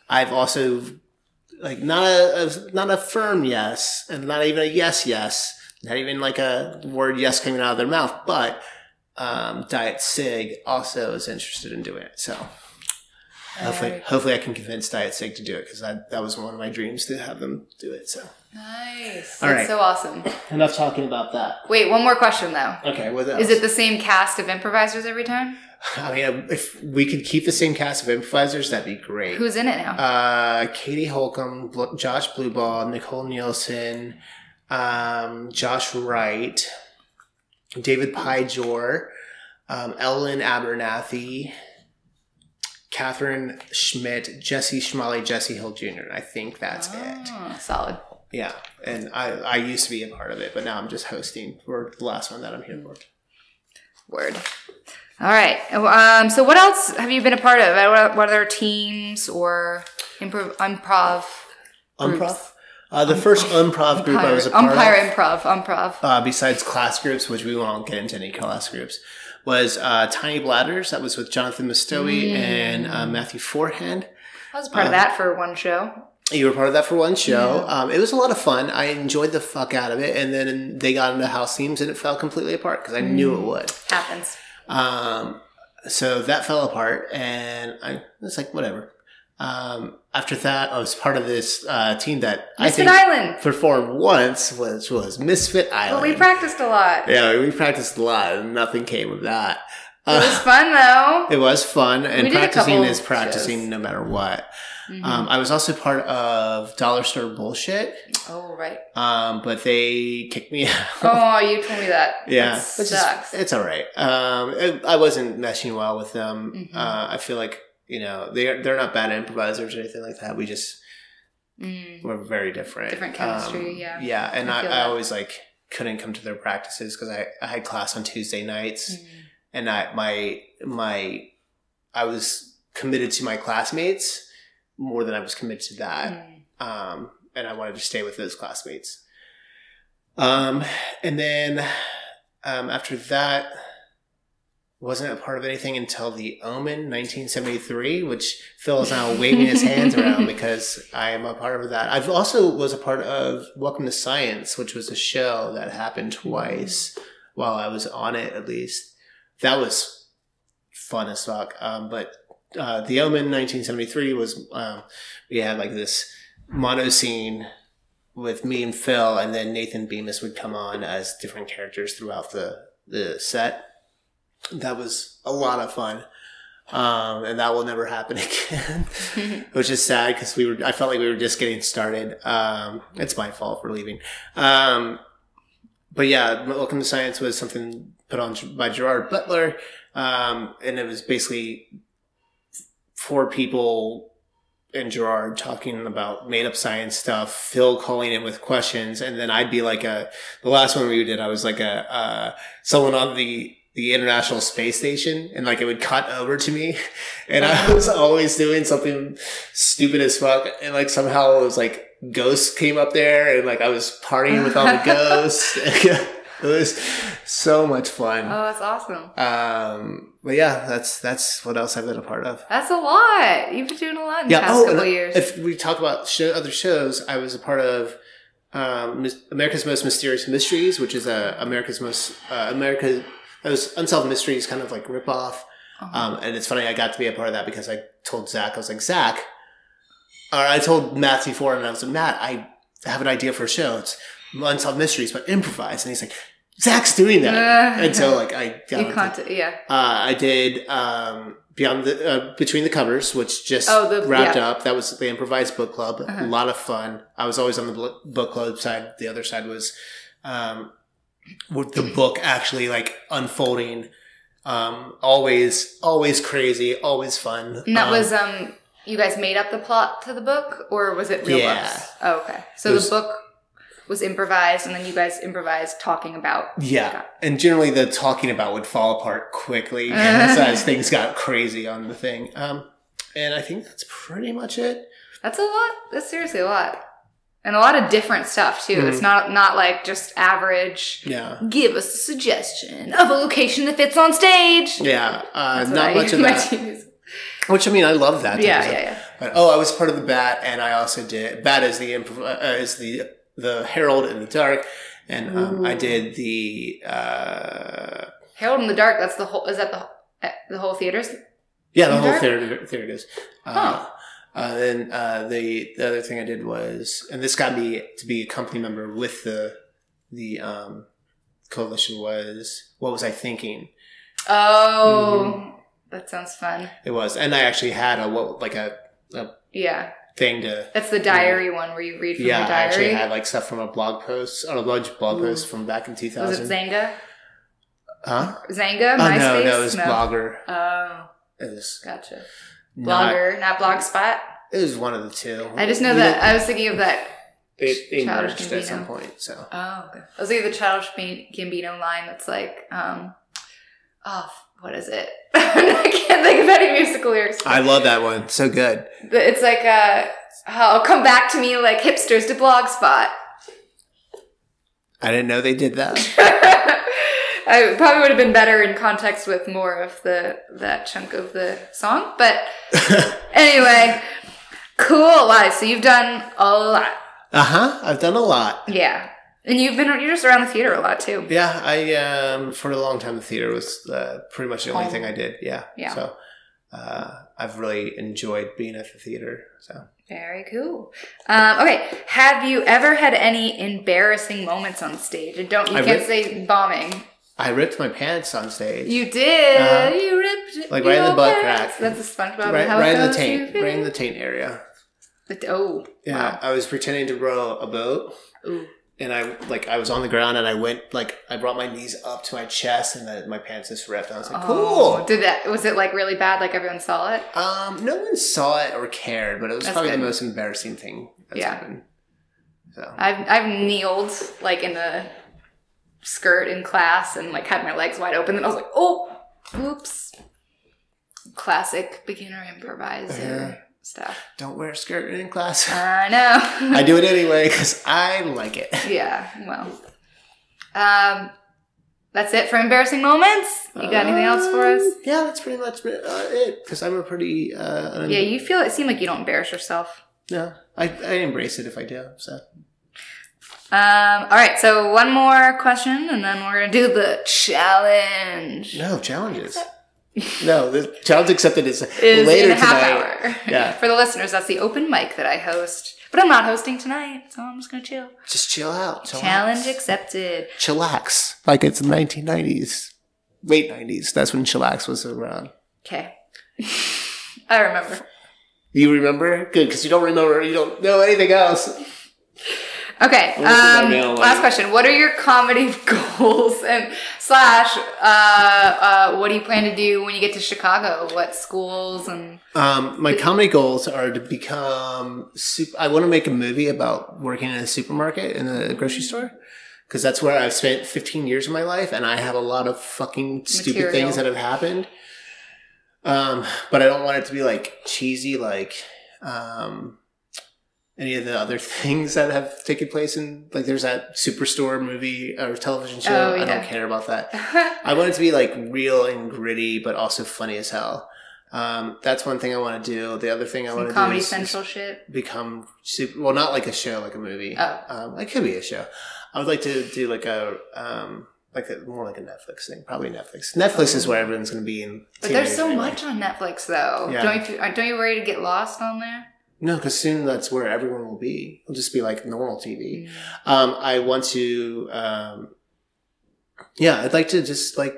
I've also, like, not a, a, not a firm yes, and not even a yes, yes, not even like a word yes coming out of their mouth, but um, Diet Sig also is interested in doing it. So hopefully,
Alright.
hopefully I can convince Diet Sig to do it because that, that was one of my dreams to have them do it. So
Nice.
All
That's
right.
so awesome.
enough talking about that.
Wait, one more question though.
Okay, what else?
Is it the same cast of improvisers every time?
I mean, if we could keep the same cast of improvisers, that'd be great.
Who's in it now?
uh, Katie Holcomb, Bl- Josh Blueball, Nicole Nielsen, um, Josh Wright, David Pijor, um, Ellen Abernathy, Catherine Schmidt, Jesse Schmalley, Jesse Hill Jr. I think that's it.
Oh, Solid.
Yeah, and I, I used to be a part of it, but now I'm just hosting for the last one that I'm here for.
Word. All right. Um, so what else have you been a part of? Uh, What, what other teams or improv? improv
Improv?
Groups.
Uh, the first improv group I was a part
umpire
of.
improv. Improv.
uh, besides class groups, which we won't get into any class groups, was uh, Tiny Bladders. That was with Jonathan Mistowi
Mm.
and uh, Matthew Forehand.
I was a part of that for one show.
You were part of that for one show. Um, it was a lot of fun. I enjoyed the
Mm.
fuck out of it. And then they got into house themes and it fell completely apart because I knew it would.
Happens.
Um, so that fell apart, and I was like, whatever. Um, after that, I was part of this uh, team that I
Misfit
think
Island.
performed once, which was Misfit
Well,
Island.
we practiced a lot.
yeah, we practiced a lot, and nothing came of that.
It was
Uh,
fun though.
it was fun, and
We did a
practicing
couple
is practicing
shows.
no matter what.
Mhm.
Um, I was also part of Dollar Store Bullshit,
oh right.
um, but they kicked me out.
Oh, you told me that.
Yeah,
It
which is-
sucks.
it's all right. Um, I- I wasn't meshing well with them.
Mhm.
Uh, I feel like you know they are, they're not bad improvisers or anything like that. We just
Mm.
were very different. Um,
Different chemistry, yeah.
Yeah, and
I
I,
feel
I,
that.
always like couldn't come to their practices because I, I had class on Tuesday nights,
Mhm.
and I my my I was committed to my classmates more than I was committed to that
Mm.
um, and I wanted to stay with those classmates. Um, and then um, after that, wasn't a part of anything until The Omen, 1973, which Phil is now waving his hands around because I am a part of that. I've also was a part of Welcome to Science, which was a show that happened twice while I was on it, at least. That was fun as fuck. Um, but uh, The Omen, 1973, was um, we had like this mono scene with me and Phil, and then Nathan Bemis would come on as different characters throughout the the set. That was a lot of fun, um, and that will never happen again,
Mm.
which is sad because we were. I felt like we were just getting started. Um, it's my fault for leaving. Um, but yeah, Welcome to Science was something put on by Gerard Butler, um, and it was basically four people and Gerard talking about made up science stuff, Phil calling in with questions, and then I'd be like a the last one we did, I was like a uh, someone on the the International Space Station, and like it would cut over to me, and I was always doing something stupid as fuck, and like somehow it was like ghosts came up there, and like I was partying with all the ghosts. it was so much fun.
Oh, that's awesome.
Um, but yeah, that's that's what else I've been a part of.
That's a lot. You've been doing a lot in the past
Oh,
couple
and
years.
If we talk about show, other shows, I was a part of um, Mis- America's Most Mysterious Mysteries, which is a America's Most uh, America those unsolved mysteries kind of like ripoff.
Oh.
Um, and it's funny I got to be a part of that because I told Zach I was like Zach, or I told Matthew Ford and I was like Matt I have an idea for a show. It's unsolved mysteries but improvised, and he's like Zach's doing that. and so like I got
you
on to-
content, yeah.
uh, I did um, Beyond the uh, Between the Covers, which just
Oh, the-
wrapped
yeah.
up. That was the improvised book club.
Uh-huh.
A lot of fun. I was always on the bl- book club side. The other side was um, with the book actually like unfolding. Um, always, always crazy, always fun.
And that
Um,
was um you guys made up the plot to the book or was it real
Yeah.
books? Oh, okay. So
It was-
the book was improvised and then you guys improvised talking about
yeah, and generally the talking about would fall apart quickly as, as things got crazy on the thing. Um, and I think that's pretty much it.
That's a lot. That's seriously a lot. And a lot of different stuff too. It's
Mhm.
not not like just average
Yeah.
give us a suggestion of a location that fits on stage.
Yeah, uh,
That's what
not
I-
much of
my
that.
team is-
Which I mean, I love that. type
Yeah,
of
yeah,
stuff.
yeah.
But, oh, I was part of the Bat, and I also did Bat is the improv- uh, is the the Herald in the Dark, and um, I
Ooh.
did the uh,
Harold in the Dark, that's the whole is that the whole- eh, the whole theater's
yeah the
In the
whole
Dark? Oh.
theater theater goes. Uh,
Huh.
uh, then uh, the the other thing I did was, and this got me to be a company member with the the um, coalition was what was I thinking? mm-hmm.
Oh, that sounds fun.
It was, and I actually had a what like a
Yeah,
thing to
that's the diary one where you read from
Yeah,
your
I actually
diary.
had like stuff from a blog post, on a bunch blog
Ooh.
post from back in
Was it
2000.
Zanga?
Huh?
Zanga?
Oh,
MySpace?
no, no, it was Blogger.
Oh,
It was
gotcha.
not,
Blogger, not, Blogspot.
it was one of the two.
I just know
You
that I was thinking of that.
it, it
Childish
merged at some
Gambino.
point, so.
Oh, okay. I was thinking of the Childish Gam- Gambino line that's like, um, oh, f- what is it? I can't think of any musical lyrics.
I love that one. So good.
But It's like, uh, oh, come back to me like hipsters to Blogspot.
I didn't know they did that.
I probably would have been better in context with more of the that chunk of the song, but anyway, cool. Wow, so you've done a lot,
uh huh. Uh-huh. I've done a lot.
yeah. And you've been you're just around the theater a lot too.
Yeah, I um, for a long time the theater was uh, pretty much the only
Home.
thing I did. Yeah,
Yeah.
So uh, I've really enjoyed being at the theater. So
Very cool. Um, okay, have you ever had any embarrassing moments on stage? And don't you
I
can't
re-
say bombing.
I ripped my pants on stage.
You did.
Uh-huh.
you ripped
Like right in the
your
butt
pants.
crack.
That's a SpongeBob.
right,
how it
right in the
goes,
taint,
you
right in the
fit
taint area.
it. The- oh,
Yeah,
wow.
I was pretending to row a boat,
Ooh.
and I like I was on the ground, and I went like I brought my knees up to my chest, and then my pants just ripped. I was like,
Oh,
cool.
Did that? Was it like really bad? Like everyone saw it?
Um, no one saw it or cared, but it was
That's
probably
good.
the most embarrassing thing that's
Yeah.
happened. So
I've I've kneeled like in a skirt in class and like had my legs wide open, and I was like, oh, oops. Classic beginner improviser
Uh-huh.
stuff.
don't wear a skirt in class.
I know.
I do it anyway because I like it.
yeah. Well. Um. That's it for embarrassing moments. You got anything else for us?
Um, Yeah, that's pretty much uh, it. Because I'm a pretty uh, um,
Yeah, you feel it seemed like you don't embarrass yourself.
No, I I embrace it if I do. So
Um, all right, so one more question, and then we're gonna do the challenge.
no challenges. No, the challenge accepted is,
Is
later
in a half
tonight.
hour.
Yeah.
For the listeners, that's the open mic that I host, but I'm not hosting tonight, so I'm just gonna chill.
Just chill out. Chillax.
Challenge accepted.
Chillax. Like it's 1990s, late 90s. That's when chillax was around.
Okay. I remember.
You remember? Good, because you don't remember. You don't know anything else.
Okay.
We'll listen to
Um,
that now, like-
last question. What are your comedy goals and slash uh, uh, what do you plan to do when you get to Chicago? What schools and
Um, my comedy goals are to become. Super, I want to make a movie about working in a supermarket in a grocery store because that's where I've spent 15 years of my life, and I have a lot of fucking stupid
Material.
things that have happened. Um, but I don't want it to be like cheesy, like um, any of the other things that have taken place in. Like, there's that superstore movie or television show.
Oh, yeah.
I don't care about that. I want it to be like real and gritty, but also funny as hell. Um, that's one thing I want to do. The other thing I want
some
to do
Comedy
is,
Central
is
shit?
become super. Well, not like a show, like a movie.
Oh.
Um, it could be a show. I would like to do like a um, like a, more like a Netflix thing, probably Netflix. Netflix is where everyone's going to be in.
But
two
there's
years
so
anyway.
much on Netflix, though.
Yeah.
Don't you aren't- don't you worry to get lost on there?
No, because soon that's where everyone will be. It'll just be like normal
Mm-hmm.
TV. um, I want to, um, yeah, I'd like to just like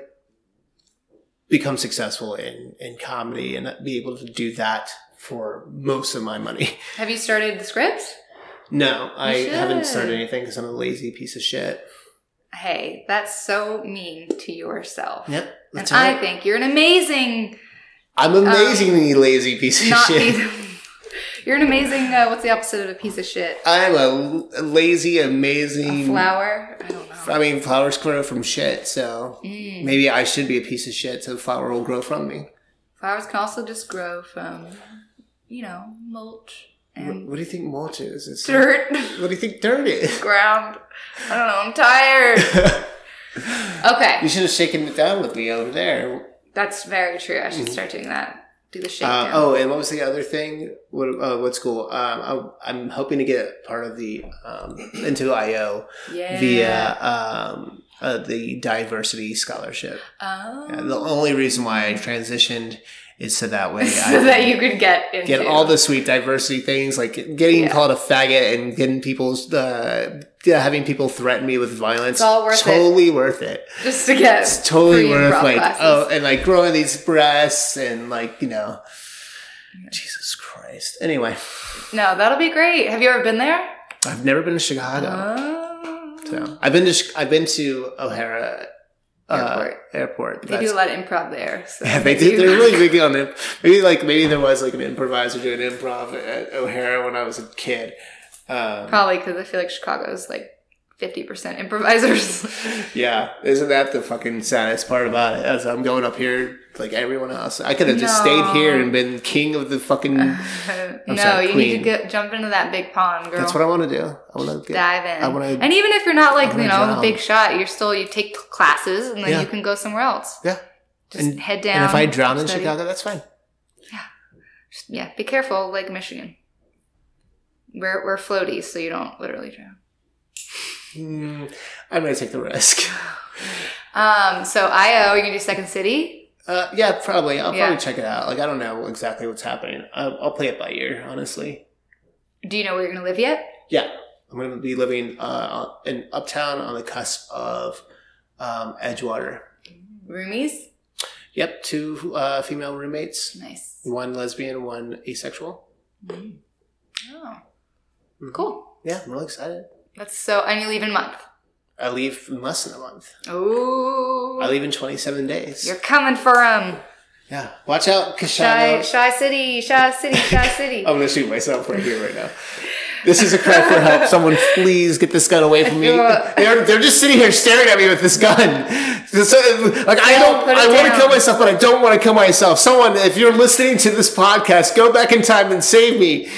become successful in, in comedy and be able to do that for most of my money.
Have you started the scripts?
No, I
You should.
haven't started anything because I'm a lazy piece of shit.
Hey, that's so mean to yourself.
Yep.
and
That's
I
right.
think you're an amazing,
I'm amazingly lazy piece of
not
shit.
piece you're an amazing. Uh, what's the opposite of a piece of shit?
I'm a l- lazy,
A
amazing.
flower? I don't know.
I mean, flowers grow from shit, so
Mm.
maybe I should be a piece of shit so the flower will grow from me.
Flowers can also just grow from, you know, mulch
Wh-
and
what do you think mulch is? It's
dirt,
What do you think dirt is?
ground. I don't know. I'm tired. Okay.
you should have shaken it down with me over there.
That's very true. I should start doing that. Do the
Mm-hmm. Uh,
shakedown.
oh, and what was the other thing? What uh, what's cool? Um, I, I'm hoping to get part of the um, into IO
yeah.
via um, uh, the diversity scholarship.
Oh.
Yeah, the only reason why I transitioned is so that way I
so that you could get into
get all the sweet diversity things, like getting
Yeah.
called a faggot and getting people's uh, yeah, having people threaten me with violence.
It's all worth it.
totally worth it.
just to get
it's totally
free
worth
improv
like
classes.
oh and like growing these breasts and like you know jesus christ anyway
no that'll be great have you ever been there
i've never been to chicago
oh.
so i've been to Chi- i've been to o'hara uh,
Airport.
airport
they do a lot of improv there so
yeah, they did. They're really big on it. Maybe like maybe there was like an improviser doing improv at O'Hara when I was a kid. Um,
probably because i feel like chicago's like 50% improvisers
Yeah, isn't that the fucking saddest part about it? As I'm going up here like everyone else, I could have just
No. Uh,
stayed here and been king of the fucking
no
sorry,
you need to
queen.
get, jump into that big pond girl
That's what I want to do. I want to
dive in
I wanna-
and even if you're not like
I
you
wanna
know the
drown.
big shot you're still you take classes and then
Yeah.
you can go somewhere else
Yeah.
just
And-
head down
And if I drown in
study.
Chicago, that's fine.
Yeah, be careful, Lake Michigan. We're we're floaties, so you don't literally drown.
Mm, I'm gonna take the risk.
Um, so IO, you're gonna do Second City.
Uh, yeah, probably. I'll probably
Yeah.
check it out. Like I don't know exactly what's happening. I'll, I'll play it by ear, honestly.
Do you know where you're gonna live yet?
Yeah, I'm gonna be living uh, in uptown on the cusp of um, Edgewater.
Roomies.
Yep, two uh, female roommates,
Nice.
one lesbian, one asexual.
Oh,
Mhm.
cool.
Yeah, I'm really excited.
That's so. And you leave in a month.
I leave in less than a month.
Oh,
I leave in 27 days.
you're coming for them.
yeah, watch out,
Shy,
Kashana.
shy city, shy city, shy city.
I'm gonna shoot myself right here, right now. This is a cry for help. Someone, please get this gun away from me.
Yeah.
They're, they're just sitting here staring at me with this gun. This, uh, like I
No,
don't,
put it
I want to
down.
kill myself, but I don't want to kill myself. Someone, if you're listening to this podcast, go back in time and save me.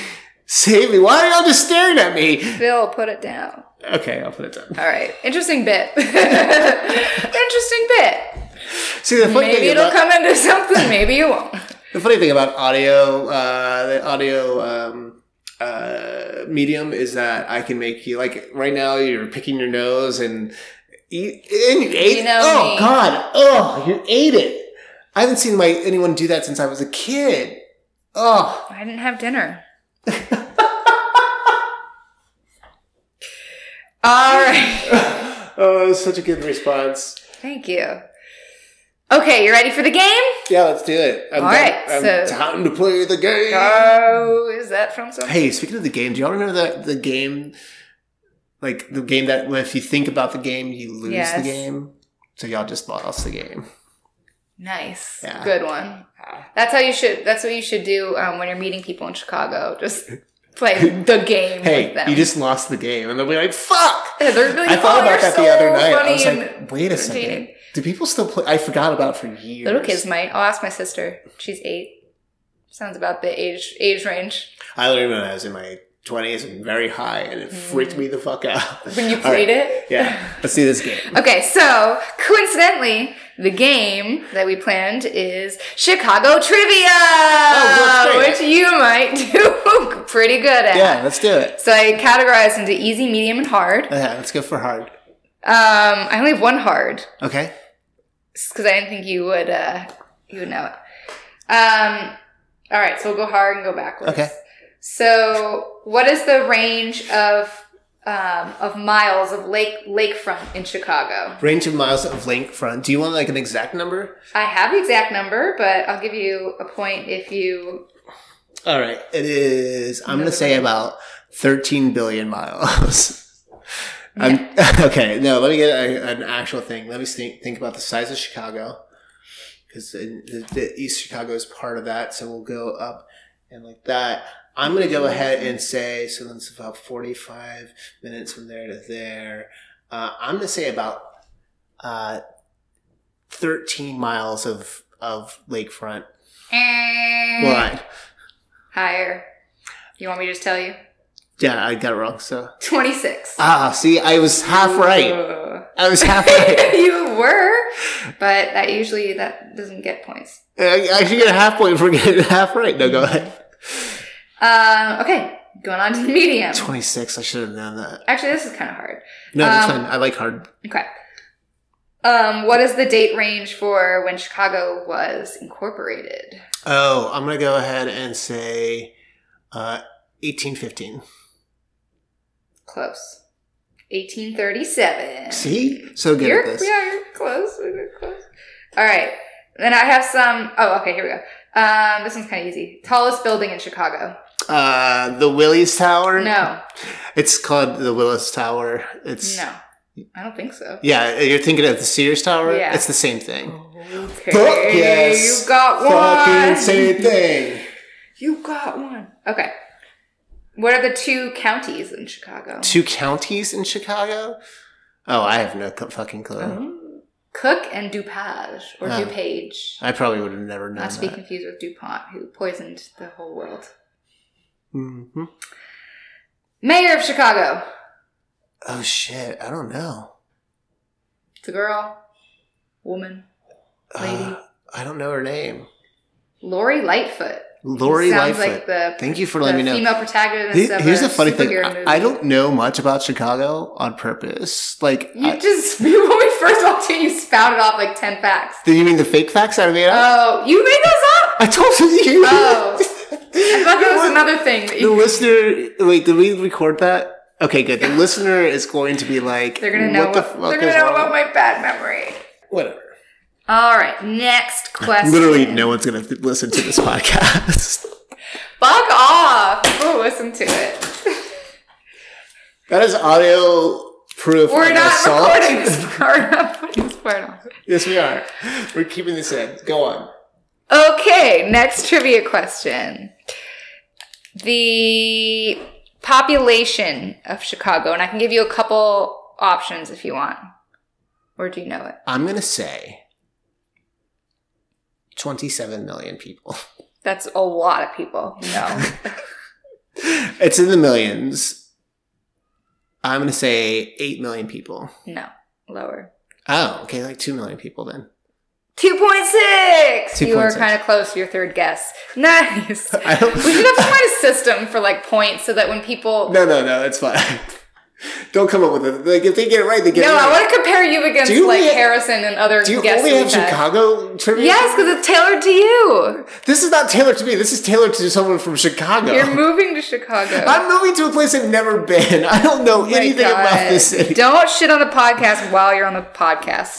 Save me. Why are y'all just staring at me?
Bill, put it down.
Okay, I'll put it down.
All right, interesting bit. interesting bit.
See the funny
Maybe
thing
it'll
about,
come into something. Maybe it won't.
the funny thing about audio, uh, the audio um, uh, medium is that I can make you like right now. You're picking your nose and you, and you ate.
You know
oh
me.
God! Oh, you ate it. I haven't seen my anyone do that since I was a kid. Oh,
I didn't have dinner. All right.
oh, that was such a good response.
Thank you. Okay, you ready for the game?
Yeah, let's do it. I'm
All
down-
right, so-
I'm time to play the game.
Oh, is that from some?
Hey, speaking of the game, do y'all remember that the game, like the game that when if you think about the game, you lose
Yes.
the game. So y'all just lost the game.
Nice.
Yeah.
Good one. That's how you should. That's what you should do um, when you're meeting people in Chicago. Just play the game with
Hey,
them.
you just lost the game, and they'll be like, "Fuck."
Yeah, they're really,
I thought
"Oh, you're
about that
so
the other night. I
funny
was
and
like, "Wait a
entertaining."
second, do people still play?" I forgot about it for years.
Little kids might. I'll ask my sister. She's eight. Sounds about the age age range.
I learned when I was in my twenties and very high, and it freaked me the fuck out
Mm. When you
All
played
right.
it?
Yeah, let's do this game.
Okay, so coincidentally, the game that we planned is Chicago Trivia,
Oh, good,
which
great.
you might do pretty good at.
Yeah, let's do it.
So I categorized into easy, medium, and hard. Um,
Yeah, let's go for hard.
I only have one hard
Okay.
because I didn't think you would uh, you would know it. Um, all right, so we'll go hard and go backwards.
Okay.
So, what is the range of um, of miles of lake lakefront in Chicago?
Range of miles of lakefront. Do you want like an exact number?
I have the exact number, but I'll give you a point if you.
All right. It is, I'm going
Another
to say
one.
about 13 billion miles. I'm, okay. No, let me get a, an actual thing. Let me think, think about the size of Chicago because the, the East Chicago is part of that. So we'll go up and like that. I'm going to go ahead and say, so that's about 45 minutes from there to there. Uh, I'm going to say about uh, 13 miles of, of lakefront.
Why?
Why?
Higher. You want me to just tell you?
Yeah, I got it wrong. So.
26.
Ah, see, I was half right.
Ooh.
I was half right.
you were, but that usually that doesn't get points.
I I should get a half point for getting half right. No, go ahead.
Um, okay, going on to the medium.
26, I should have known that.
Actually, this is kind of hard.
No, that's
Um,
fine. I like hard.
Okay. Um, what is the date range for when Chicago was incorporated?
Oh, I'm going to go ahead and say uh, 1815.
Close. 1837.
See? So good
you're,
at this.
Yeah, you're close. You're close. All right. Then I have some. Oh, okay. Here we go. Um, this one's kind of easy. Tallest building in Chicago.
Uh, the Willis Tower?
No,
It's called the Willis Tower. It's.
no, I don't think so.
Yeah, you're thinking of the Sears Tower?
Yeah.
It's the same thing.
Okay,
Fuck yes.
you got one.
thing.
You got one. Okay. What are the two counties in Chicago?
Two counties in Chicago? Oh, I have no co- fucking clue.
Oh. Cook and DuPage or
Oh.
DuPage.
I probably would have never known
Not to be
that.
confused with DuPont, who poisoned the whole world.
hmm
Mayor of Chicago.
Oh shit! I don't know.
It's a girl, woman,
Uh,
lady.
I don't know her name.
Lori Lightfoot.
Lori
sounds
Lightfoot.
like the,
Thank you for
the
letting me know.
female protagonist.
Here-
of
Here's
a
the funny thing.
superhero
I-
movie.
I don't know much about Chicago on purpose. Like,
You
I-
just when we first walked in, you spouted off like ten facts.
do you mean the fake facts I made up?
Oh, you made those up?
I told you.
Oh. I thought that
The
was
one-
another thing that
The
you.
listener. Wait, did we record that? Okay, good. The listener is going to be like,
They're gonna know.
What the
what-
fuck
they're gonna
is
know
wrong?
about my bad memory.
Whatever.
All right, next question.
Literally, no one's gonna th- listen to this podcast.
Fuck off. People listen to it.
that is audio proof.
We're
of
not
assault.
recording this part. We're not putting this part on.
yes, we are. We're keeping this in. Go on.
Okay, next trivia question. The population of Chicago, and I can give you a couple options if you want. Or do you know it?
I'm gonna say twenty-seven million people.
That's a lot of people. No.
It's in the millions. I'm gonna say eight million people.
no. Lower.
Oh, okay, like two million people then.
2.6! You were
2.6.
kind of close to your third guess. Nice.
I don't.
We should have some kind of system for like points so that when people.
no, no, no. It's fine. Don't come up with it. Like if they get it right, they get
No,
it
I
right.
want to compare you against
Do you
like
only-
Harrison and other
Do you
guests.
only
that
have
we've had.
Chicago trivia?
Yes, because it's tailored to you.
This is not tailored to me. This is tailored to someone from Chicago.
You're moving to Chicago.
I'm moving to a place I've never been. I don't
Oh
know
My
anything
God.
about this city.
Don't shit on the podcast while you're on the podcast.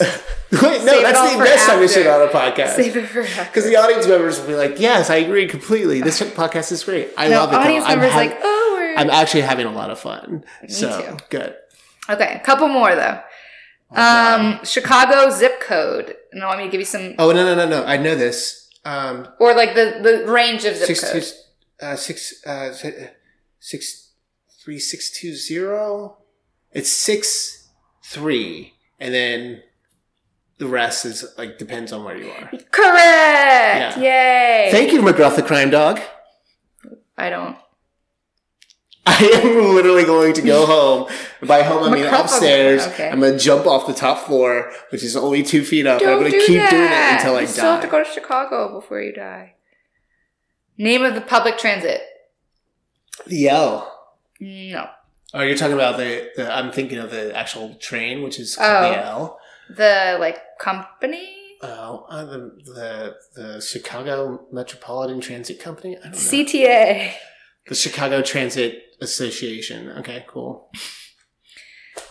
Wait, no,
Save it all
that's the
for
best time we
after.
should on a podcast.
Save it for
Because the audience members will be like, yes, I agree completely. This podcast is great. I
No,
love it. though.
audience
I'm
members
hav-
like, oh, we're
I'm actually having a lot of fun. so
too.
good.
okay. A couple more though.
Oh,
Um, Chicago zip code. And I want me to give you some,
Oh no no no no! I know this. Um,
or like the the range of zip
six
codes.
two, uh, six uh, s- six three six two zero. It's six three, and then the rest is like depends on where you are.
Correct. Yay.
Thank you, McGruff the Crime Dog.
I don't.
I am literally going to go home. And By home, I mean
McGruff,
upstairs.
okay.
I'm gonna jump off the top floor, which is only two feet up. and I'm
Don't
gonna
do
keep
that.
doing it until I
you
die.
Still have to go to Chicago before you die. Name of the public transit.
the L.
No.
Oh, you're talking about the, the I'm thinking of the actual train, which is
Oh.
the L.
The like company.
Oh, uh, the, the the Chicago Metropolitan Transit Company. I don't know.
CTA.
the Chicago Transit Association. Okay, cool.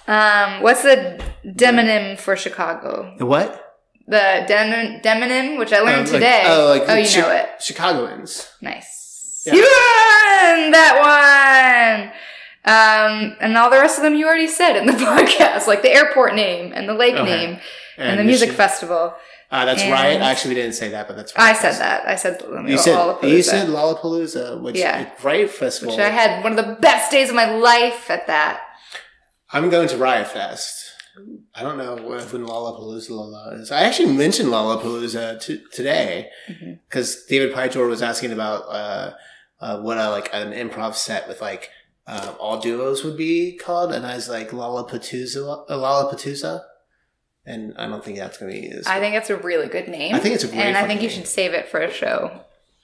Um, what's the demonym for Chicago?
The what?
The dem- demonym, which I learned
Oh, like-
today.
oh, like
oh,
the
you
chi-
know it.
Chicagoans.
Nice.
Yeah.
You won that one. Um, and all the rest of them you already said in the podcast, like the airport name and the lake
Okay.
name and, the music festival.
Uh, that's
and-
riot. Actually, we didn't say that, but that's right.
I said that. I said let me
You said
all of
you
those
said
up.
Lollapalooza, which
Yeah.
like, riot festival.
which I had one of the best days of my life at that.
I'm going to Riot Fest. I don't know when when Lollapalooza Lola is. I actually mentioned Lollapalooza t- today
Mhm.
because David Pytor was asking about uh, uh, what a, like an improv set with like uh, all duos would be called, and I was like Lollapalooza, uh, Lollapalooza, and I don't think that's going to be used.
I think that's a really good name.
I think it's a great
and I
fucking
think you
name.
should save it for a show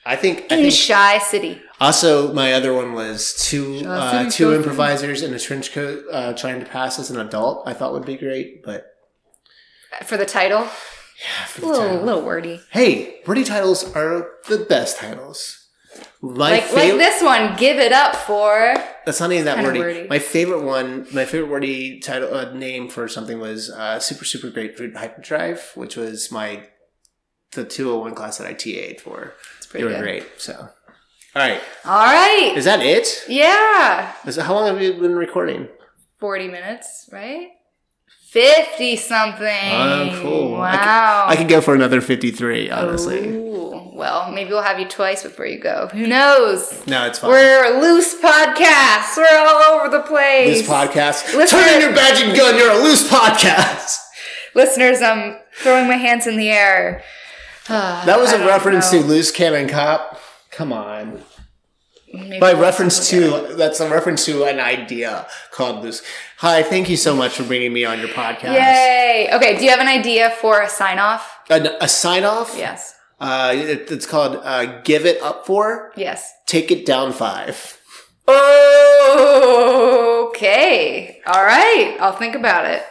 I think. I
in
think
Shy City.
also, my other one was two
Shall I
uh,
finish
two
those?
improvisers in a trench coat uh, trying to pass as an adult. I thought would be great, but
For the title,
yeah, for
a
the
little,
time.
little wordy.
Hey, wordy titles are the best titles. My
Like, like
fav-
this one, give it up for.
That's not even that
Kinda
wordy.
wordy.
My favorite one, my favorite wordy title uh, name for something was uh, Super Super Great Food Hyperdrive, which was my the 201 class that I TA'd for.
It's
They
pretty
were
good.
great. So, all right,
All right.
is that it?
Yeah.
Is that, how long have you been recording?
40 minutes, right? 50 something.
Oh, cool. I could-
Wow.
I could go for another 53, honestly.
Ooh. Well, maybe we'll have you twice before you go. Who knows?
No, it's fine.
We're a loose podcast. We're all over the place.
Loose podcast.
Listen-
Turn in your badge and gun. You're a loose podcast.
Listeners, I'm throwing my hands in the air. Ah,
That was
I
a
don't
reference
know.
to Loose Cannon Cop. Come on.
Maybe
By
we'll
reference
look at it.
to, that's a reference to an idea called Loose. Hi, thank you so much for bringing me on your podcast.
Yay. Okay, do you have an idea for a sign off?
An, a sign off?
Yes.
Uh, it, it's called uh, "Give It Up for
Yes.
Take It Down Five.
Okay. All right. I'll think about it.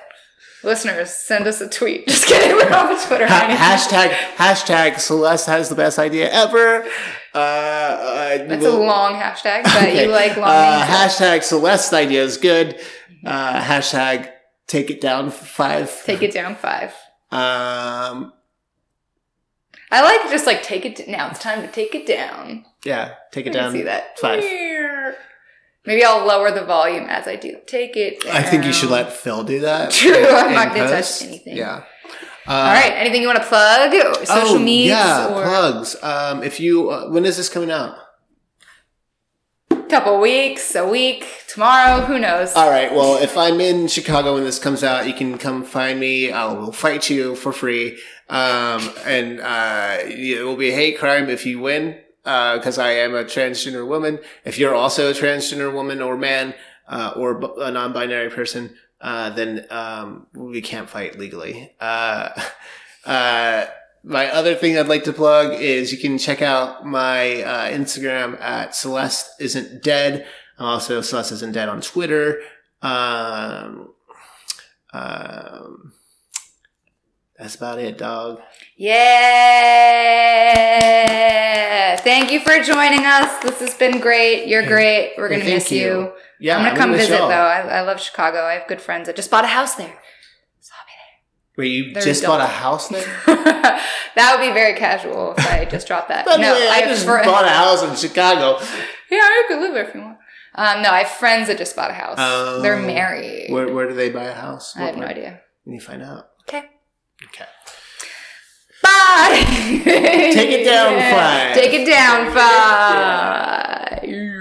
Listeners, send us a tweet. Just kidding. We're off of Twitter.
Ha- hashtag hashtag Celeste has the best idea ever. Uh, uh,
That's
we'll-
a long hashtag, but
Okay.
you like long
Uh,
names.
hashtag Celeste's idea is good. Uh, hashtag Take It Down Five.
Take it down five.
Um,
I like just like take it. Now it's time to take it down.
yeah, Take It
I
Down.
can see that.
five.
Maybe I'll lower the volume as I do. Take it.
I think you should
down.
let Phil do that.
True,
in-
I'm
in
not gonna touch
post.
anything.
Yeah. Uh,
All right. Anything you want to plug? Social
oh,
needs
Yeah,
or
plugs. Um, if you, uh, when is this coming out?
couple weeks, a week, tomorrow, who knows?
All right. Well, if I'm in Chicago when this comes out, you can come find me. I will fight you for free. Um, and uh, it will be a hate crime if you win, because I am a transgender woman. If you're also a transgender woman or man uh, or b- a non-binary person, uh, then um, we can't fight legally. Uh, uh, my other thing I'd like to plug is you can check out my uh, Instagram at Celeste isn't dead. Also, Celeste isn't dead on Twitter. Um, um, that's about it, dog.
Yeah. Thank you for joining us. This has been great. You're
Yeah.
great. We're
Yeah,
gonna
thank
miss
you.
you.
Yeah,
I'm gonna
I
come
miss
visit
y'all.
though. I, I love Chicago. I have good friends. I just bought a house there.
Wait, you
They're
just
adult.
bought a house now?
that would be very casual if I just dropped that.
By the
no,
way, I,
have
just
fri-
bought a house in Chicago.
Yeah, you could live there if you want. Um, no, I have friends that just bought a house.
Oh.
They're married.
Where, where do they buy a house?
I have no
What-
idea.
When you find out.
Okay.
Okay.
Bye.
Take it down, five.
Take it down, five.